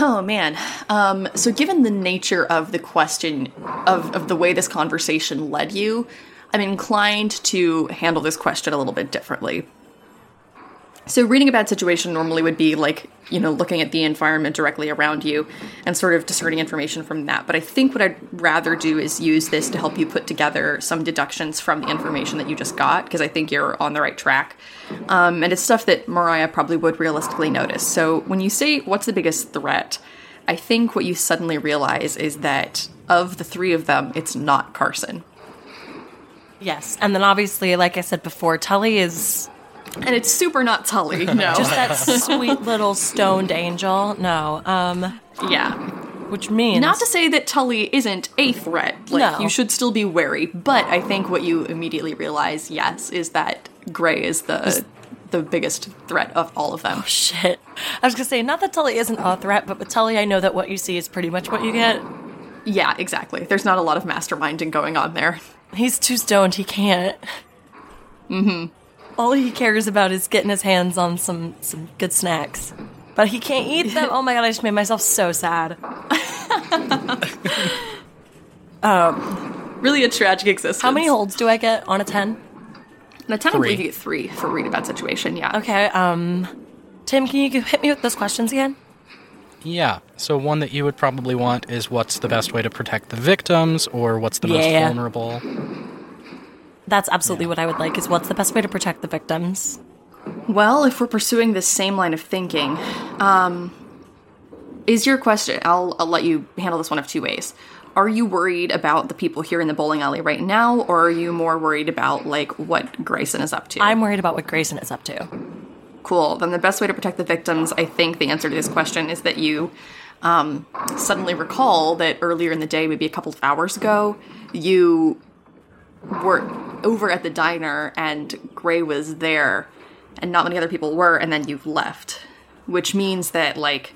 Speaker 1: Oh man. Um, so, given the nature of the question, of, of the way this conversation led you, I'm inclined to handle this question a little bit differently. So, reading a bad situation normally would be like, you know, looking at the environment directly around you and sort of discerning information from that. But I think what I'd rather do is use this to help you put together some deductions from the information that you just got, because I think you're on the right track. Um, and it's stuff that Mariah probably would realistically notice. So, when you say, what's the biggest threat? I think what you suddenly realize is that of the three of them, it's not Carson.
Speaker 5: Yes, and then obviously, like I said before, Tully is
Speaker 1: And it's super not Tully. No.
Speaker 5: just that sweet little stoned angel. No, um,
Speaker 1: yeah.
Speaker 5: which means
Speaker 1: Not to say that Tully isn't a threat. Like
Speaker 5: No.
Speaker 1: you should still be wary, but I think what you immediately realize, yes, is that Gray is the the biggest threat of all of
Speaker 5: Oh,
Speaker 1: them.
Speaker 5: Shit. I was gonna say, not that Tully isn't a threat, but with Tully, I know that what you see is pretty much what you get.
Speaker 1: Yeah, exactly. There's not a lot of masterminding going on there.
Speaker 5: He's too stoned, he can't. Mm hmm. All he cares about is getting his hands on some, some good snacks. But he can't eat them. oh my god, I just made myself so sad.
Speaker 1: Really a tragic existence.
Speaker 5: How many holds do I get on a 10?
Speaker 1: An attempt, I
Speaker 2: Three.
Speaker 1: believe you get three for read about situation, yeah.
Speaker 5: Okay, um. Tim, can you hit me with those questions again?
Speaker 2: Yeah. So one that you would probably want is what's the best way to protect the victims or what's the most
Speaker 5: Yeah.
Speaker 2: vulnerable?
Speaker 5: That's absolutely what I would like is what's the best way to protect the victims?
Speaker 1: Well, if we're pursuing this same line of thinking, um, is your question? I'll, I'll let you handle this one of two ways. Are you worried about the people here in the bowling alley right now, or are you more worried about like what Grayson is up to?
Speaker 5: I'm worried about what Grayson is up to.
Speaker 1: cool. Then the best way to protect the victims, I think, the answer to this question is that you um, suddenly recall that earlier in the day, maybe a couple of hours ago, you were over at the diner and Gray was there, and not many other people were, and then you left, which means that like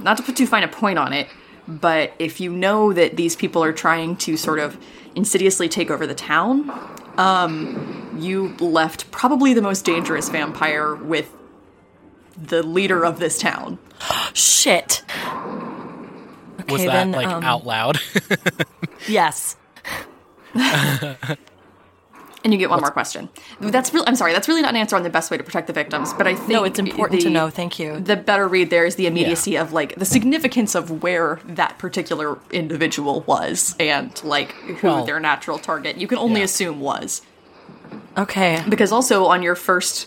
Speaker 1: not to put too fine a point on it, but if you know that these people are trying to sort of insidiously take over the town, um, you left probably the most dangerous vampire with the leader of this town.
Speaker 5: Shit.
Speaker 2: Was
Speaker 5: Okay,
Speaker 2: that
Speaker 5: then,
Speaker 2: like
Speaker 5: um,
Speaker 2: out loud?
Speaker 5: Yes.
Speaker 1: And you get one more question. That's really, I'm sorry, that's really not an answer on the best way to protect the victims, but I think
Speaker 5: No, it's important to
Speaker 1: the-
Speaker 5: know. Thank you.
Speaker 1: The better read there is the immediacy of like the significance of where that particular individual was and like who
Speaker 2: Well-
Speaker 1: their natural target. You can only
Speaker 2: Yeah.
Speaker 1: assume was.
Speaker 5: Okay.
Speaker 1: because also on your first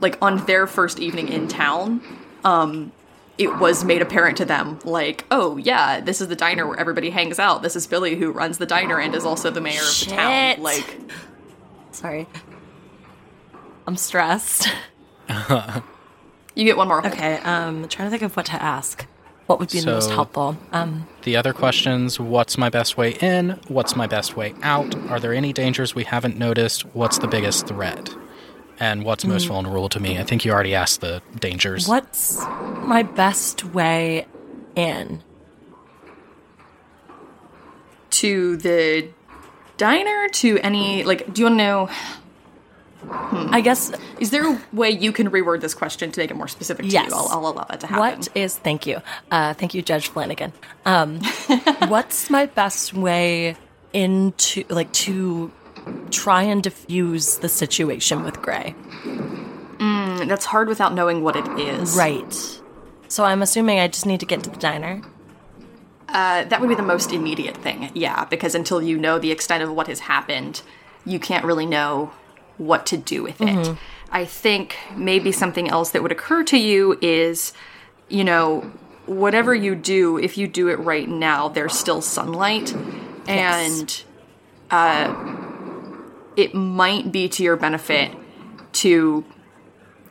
Speaker 1: like on their first evening in town um it was made apparent to them like oh yeah this is the diner where everybody hangs out this is billy who runs the diner and is also the mayor of the
Speaker 5: Shit.
Speaker 1: town like
Speaker 5: Sorry. I'm stressed.
Speaker 1: you get one more
Speaker 5: Okay, um trying to think of what to ask. What would be the most
Speaker 2: So-
Speaker 5: helpful? Um
Speaker 2: the other questions what's my best way in? What's my best way out? Are there any dangers we haven't noticed? What's the biggest threat? And what's most
Speaker 1: Mm.
Speaker 2: vulnerable to me? I think you already asked the dangers.
Speaker 5: what's my best way in?
Speaker 1: to the diner to any like do you want to know
Speaker 5: I guess
Speaker 1: is there a way you can reword this question to make it more specific to
Speaker 5: Yes.
Speaker 1: you I'll, I'll allow that to happen
Speaker 5: what is thank you. Uh thank you Judge Flanagan. Um what's my best way into like to try and diffuse the situation with Gray?
Speaker 1: that's hard without knowing what it is
Speaker 5: Right. So I'm assuming I just need to get to the diner.
Speaker 1: that would be the most immediate thing, yeah, because until you know the extent of what has happened, you can't really know what to do with it. I think maybe something else that would occur to you is, you know, whatever you do, if you do it right now, there's still sunlight. And uh, it might be to your benefit to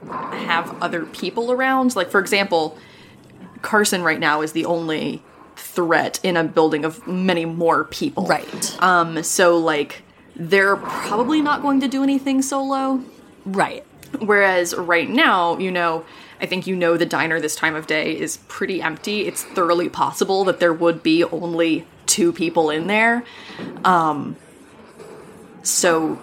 Speaker 1: have other people around. Like, for example, Carson right now is the only threat in a building of many more people.
Speaker 5: Right.
Speaker 1: Um, so like they're probably not going to do anything solo.
Speaker 5: Right.
Speaker 1: Whereas right now, you know, I think you know the diner this time of day is pretty empty. It's thoroughly possible that there would be only two people in there. Um, so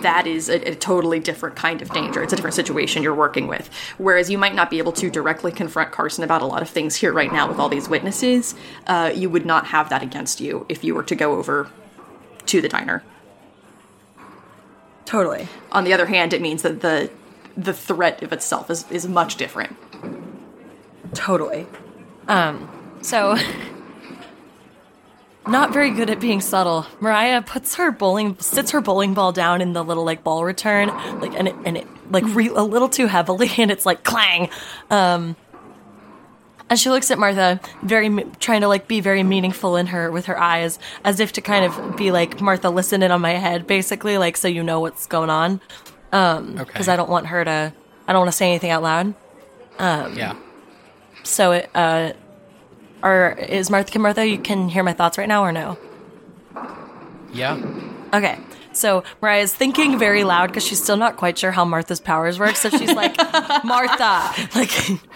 Speaker 1: that is a, a totally different kind of danger. It's a different situation you're working with. Whereas you might not be able to directly confront Carson about a lot of things here right now with all these witnesses, uh, you would not have that against you if you were to go over to the diner
Speaker 5: Totally.
Speaker 1: on the other hand, it means that the the threat of itself is, is much different.
Speaker 5: Totally. Um, so not very good at being subtle. Mariah puts her bowling sits her bowling ball down in the little like ball return, like and it and it like re- a little too heavily and it's like clang. Um and she looks at Martha, very me- trying to like be very meaningful in her with her eyes, as if to kind of be like Martha, listen in on my head, basically, like so you know what's going on,
Speaker 2: Okay.
Speaker 5: because I don't want her to, I don't want to say anything out loud.
Speaker 2: Yeah.
Speaker 5: So, it, uh, or is Martha? Can Martha? You can hear my thoughts right now, or no?
Speaker 2: Yeah.
Speaker 5: Okay. So Mariah's thinking very loud because she's still not quite sure how Martha's powers work. So she's like, Martha, like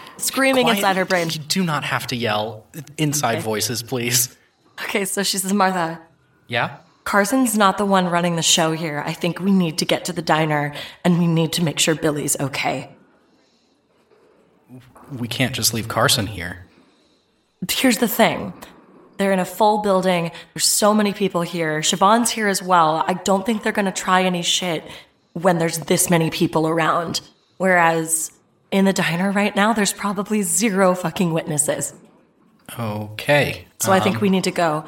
Speaker 5: screaming
Speaker 2: Quiet.
Speaker 5: inside her brain.
Speaker 2: You do not have to yell inside voices, please.
Speaker 5: Okay, so she says, Martha,
Speaker 10: Yeah?
Speaker 5: Carson's not the one running the show here. I think we need to get to the diner and we need to make sure Billy's okay.
Speaker 2: We can't just leave Carson here.
Speaker 5: here's the thing they're in a full building there's so many people here siobhan's here as well i don't think they're going to try any shit when there's this many people around whereas in the diner right now there's probably zero fucking witnesses
Speaker 2: Okay.
Speaker 5: so i think we need to go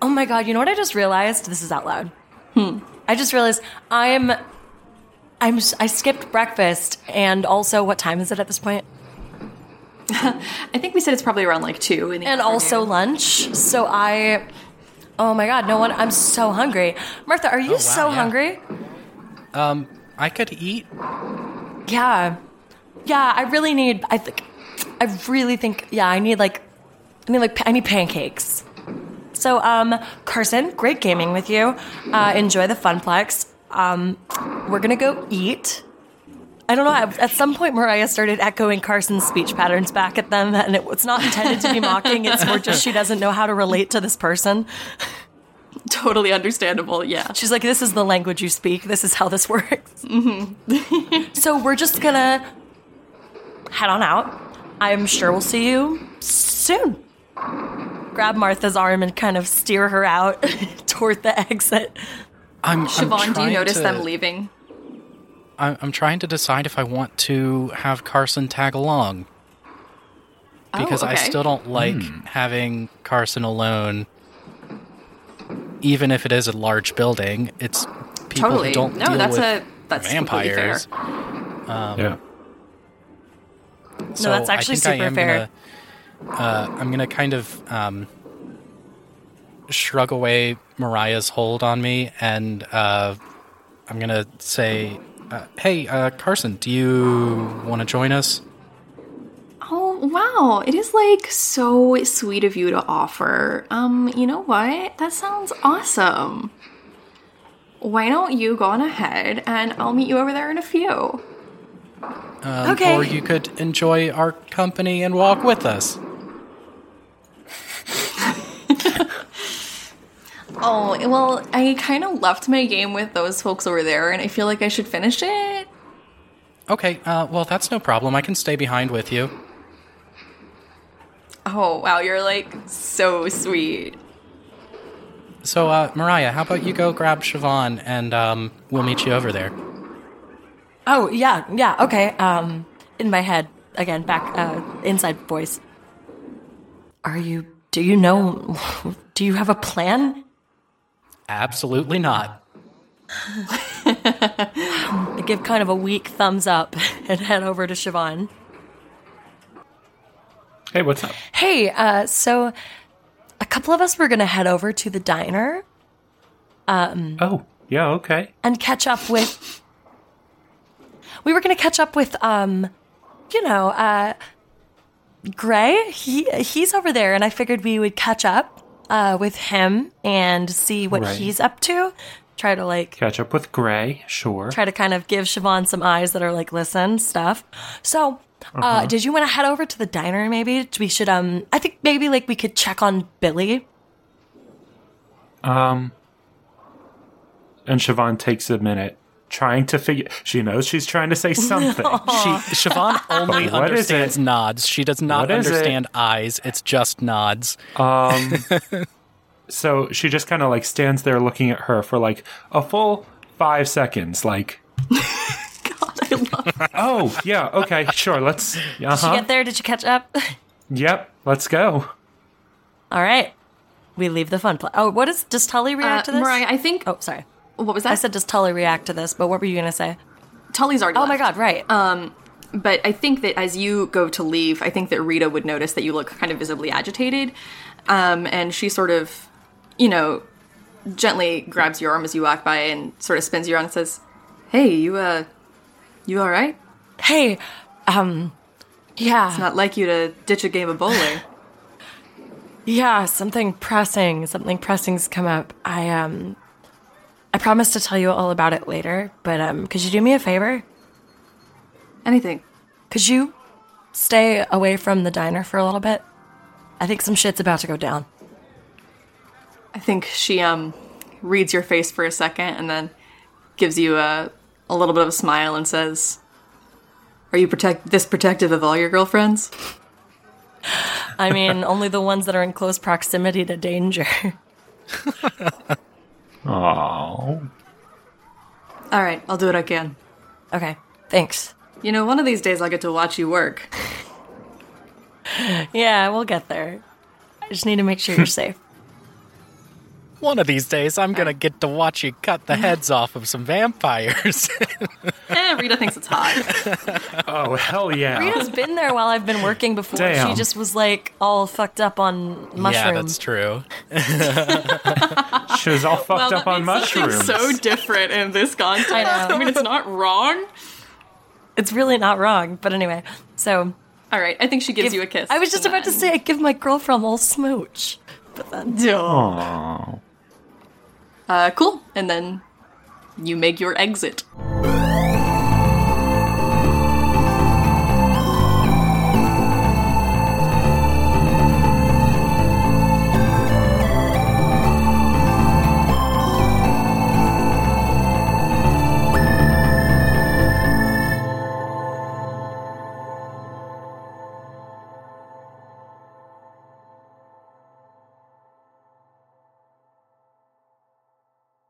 Speaker 5: oh my god you know what i just realized this is out loud hmm. i just realized i'm i'm i skipped breakfast and also what time is it at this point
Speaker 1: I think we said it's probably around like two. In the
Speaker 5: and also lunch. So I, oh my god, no one! I'm so hungry. Martha, are you
Speaker 2: Oh, wow,
Speaker 5: so
Speaker 2: yeah.
Speaker 5: hungry?
Speaker 2: I could eat.
Speaker 5: Yeah, yeah. I really need. I think. I really think. Yeah, I need like. I need like. pa- I need pancakes. So, um, Carson, great gaming with you. Uh, enjoy the funplex. Um, we're gonna go eat. I don't know. At at some point, Mariah started echoing Carson's speech patterns back at them, and it, it's not intended to be mocking. It's more just she doesn't know how to relate to this person.
Speaker 1: totally understandable. Yeah.
Speaker 5: She's like, this is the language you speak. This is how this works. so we're just gonna head on out. I'm sure we'll see you soon. Grab Martha's arm and kind of steer her out toward the exit.
Speaker 2: I'm, I'm
Speaker 1: Siobhan, do you
Speaker 2: trying
Speaker 1: notice
Speaker 2: to-
Speaker 1: them leaving?
Speaker 2: I'm, I'm trying to decide if I want to have Carson tag along because I
Speaker 1: Oh, okay.
Speaker 2: still don't like having Carson alone. Even if it is a large building, it's people
Speaker 1: Totally.
Speaker 2: who don't
Speaker 1: No,
Speaker 2: deal
Speaker 1: that's
Speaker 2: with
Speaker 1: a that's completely fair.
Speaker 2: vampires.
Speaker 3: yeah.
Speaker 2: So
Speaker 5: that's
Speaker 2: I
Speaker 5: actually
Speaker 2: think I
Speaker 5: super
Speaker 2: am
Speaker 5: fair.
Speaker 2: Gonna, uh, I'm gonna kind of um, shrug away Mariah's hold on me, and uh, I'm gonna say, uh, "Hey, uh, Carson, do you want to join us?"
Speaker 1: Oh wow, it is like so sweet of you to offer. Um, you know what? That sounds awesome. Why don't you go on ahead and I'll meet you over there in a few.
Speaker 2: Um,
Speaker 5: Okay.
Speaker 2: Or you could enjoy our company and walk with us.
Speaker 1: Oh, well, I kind of left my game with those folks over there and I feel like I should finish it.
Speaker 2: Okay, uh, well, that's no problem. I can stay behind with you.
Speaker 1: Oh, wow, you're like so sweet.
Speaker 2: So, uh, Mariah, how about you go grab Siobhan and um, we'll meet you over there?
Speaker 5: Oh yeah, yeah. Okay. Um, in my head again, back uh, inside voice. Are you? Do you know? Do you have a plan?
Speaker 2: Absolutely not.
Speaker 5: I give kind of a weak thumbs up and head over to Siobhan.
Speaker 3: Hey, what's up?
Speaker 5: Hey, uh, so a couple of us were gonna head over to the diner
Speaker 3: Oh, yeah, okay.
Speaker 5: and catch up with. We were gonna catch up with, um, you know, uh, Gray. He he's over there, and I figured we would catch up uh, with him and see what
Speaker 3: Right.
Speaker 5: he's up to. Try to like
Speaker 3: Catch up with Gray, sure.
Speaker 5: try to kind of give Siobhan some eyes that are like, listen, stuff. So, uh
Speaker 3: Uh-huh.
Speaker 5: did you want to head over to the diner? Maybe we should. Um, I think maybe like we could check on Billy.
Speaker 3: Um, and Siobhan takes a minute trying to figure. She knows she's trying to say something.
Speaker 2: She, Siobhan only
Speaker 3: But what is
Speaker 2: understands
Speaker 3: it?
Speaker 2: nods. She does not
Speaker 3: What is it?
Speaker 2: understand eyes. It's just nods.
Speaker 3: so she just kind of like stands there looking at her for like a full five seconds. Like,
Speaker 1: Uh,
Speaker 3: God, I love. oh yeah, okay, sure. Let's. Uh
Speaker 5: Did you
Speaker 3: huh.
Speaker 5: get there? Did you catch up?
Speaker 3: Yep. Let's go.
Speaker 5: All right, we leave the fun. Pl- oh, what is does Tully react to
Speaker 1: Uh,
Speaker 5: this?
Speaker 1: Mariah, I think
Speaker 5: oh, sorry.
Speaker 1: what was that?
Speaker 5: I said does Tully react to this? But what were you gonna say?
Speaker 1: Tully's already
Speaker 5: Oh my god, right.
Speaker 1: Uh, but I think that as you go to leave, I think that Rita would notice that you look kind of visibly agitated, um, and she sort of, you know, gently grabs your arm as you walk by and sort of spins you around and says, "Hey, you, uh, you all right?
Speaker 5: hey, um, yeah,
Speaker 1: Not like you to ditch a game of bowling."
Speaker 5: yeah, something pressing, something pressing's come up. I um, I promise to tell you all about it later, but um, could you do me a favor?
Speaker 1: Anything.
Speaker 5: Could you stay away from the diner for a little bit? I think some shit's about to go down.
Speaker 1: I think she um reads your face for a second and then gives you a a little bit of a smile and says, "Are you protect this protective of all your girlfriends?"
Speaker 5: I mean, only the ones that are in close proximity to danger.
Speaker 3: Oh,
Speaker 1: All right, I'll do what I can.
Speaker 5: okay, thanks.
Speaker 1: You know, one of these days I'll get to watch you work.
Speaker 5: Yeah, we'll get there. I just need to make sure you're safe.
Speaker 2: One of these days, I'm gonna get to watch you cut the heads off of some vampires.
Speaker 1: eh, Rita thinks it's hot.
Speaker 3: oh, hell yeah!
Speaker 5: Rita's been there while I've been working before. She
Speaker 3: Damn.
Speaker 5: just was like all fucked up on mushrooms.
Speaker 2: yeah, that's true.
Speaker 3: She was all fucked up on mushrooms.
Speaker 1: so different in this context.
Speaker 5: I know.
Speaker 1: I mean, it's not wrong.
Speaker 5: It's really not wrong, but anyway. So
Speaker 1: All right, I think she gives
Speaker 5: give-
Speaker 1: you a kiss.
Speaker 5: I was just
Speaker 1: and
Speaker 5: about to
Speaker 1: then-
Speaker 5: say I give my girlfriend a little smooch.
Speaker 3: Aw.
Speaker 1: Uh, cool. And then you make your exit.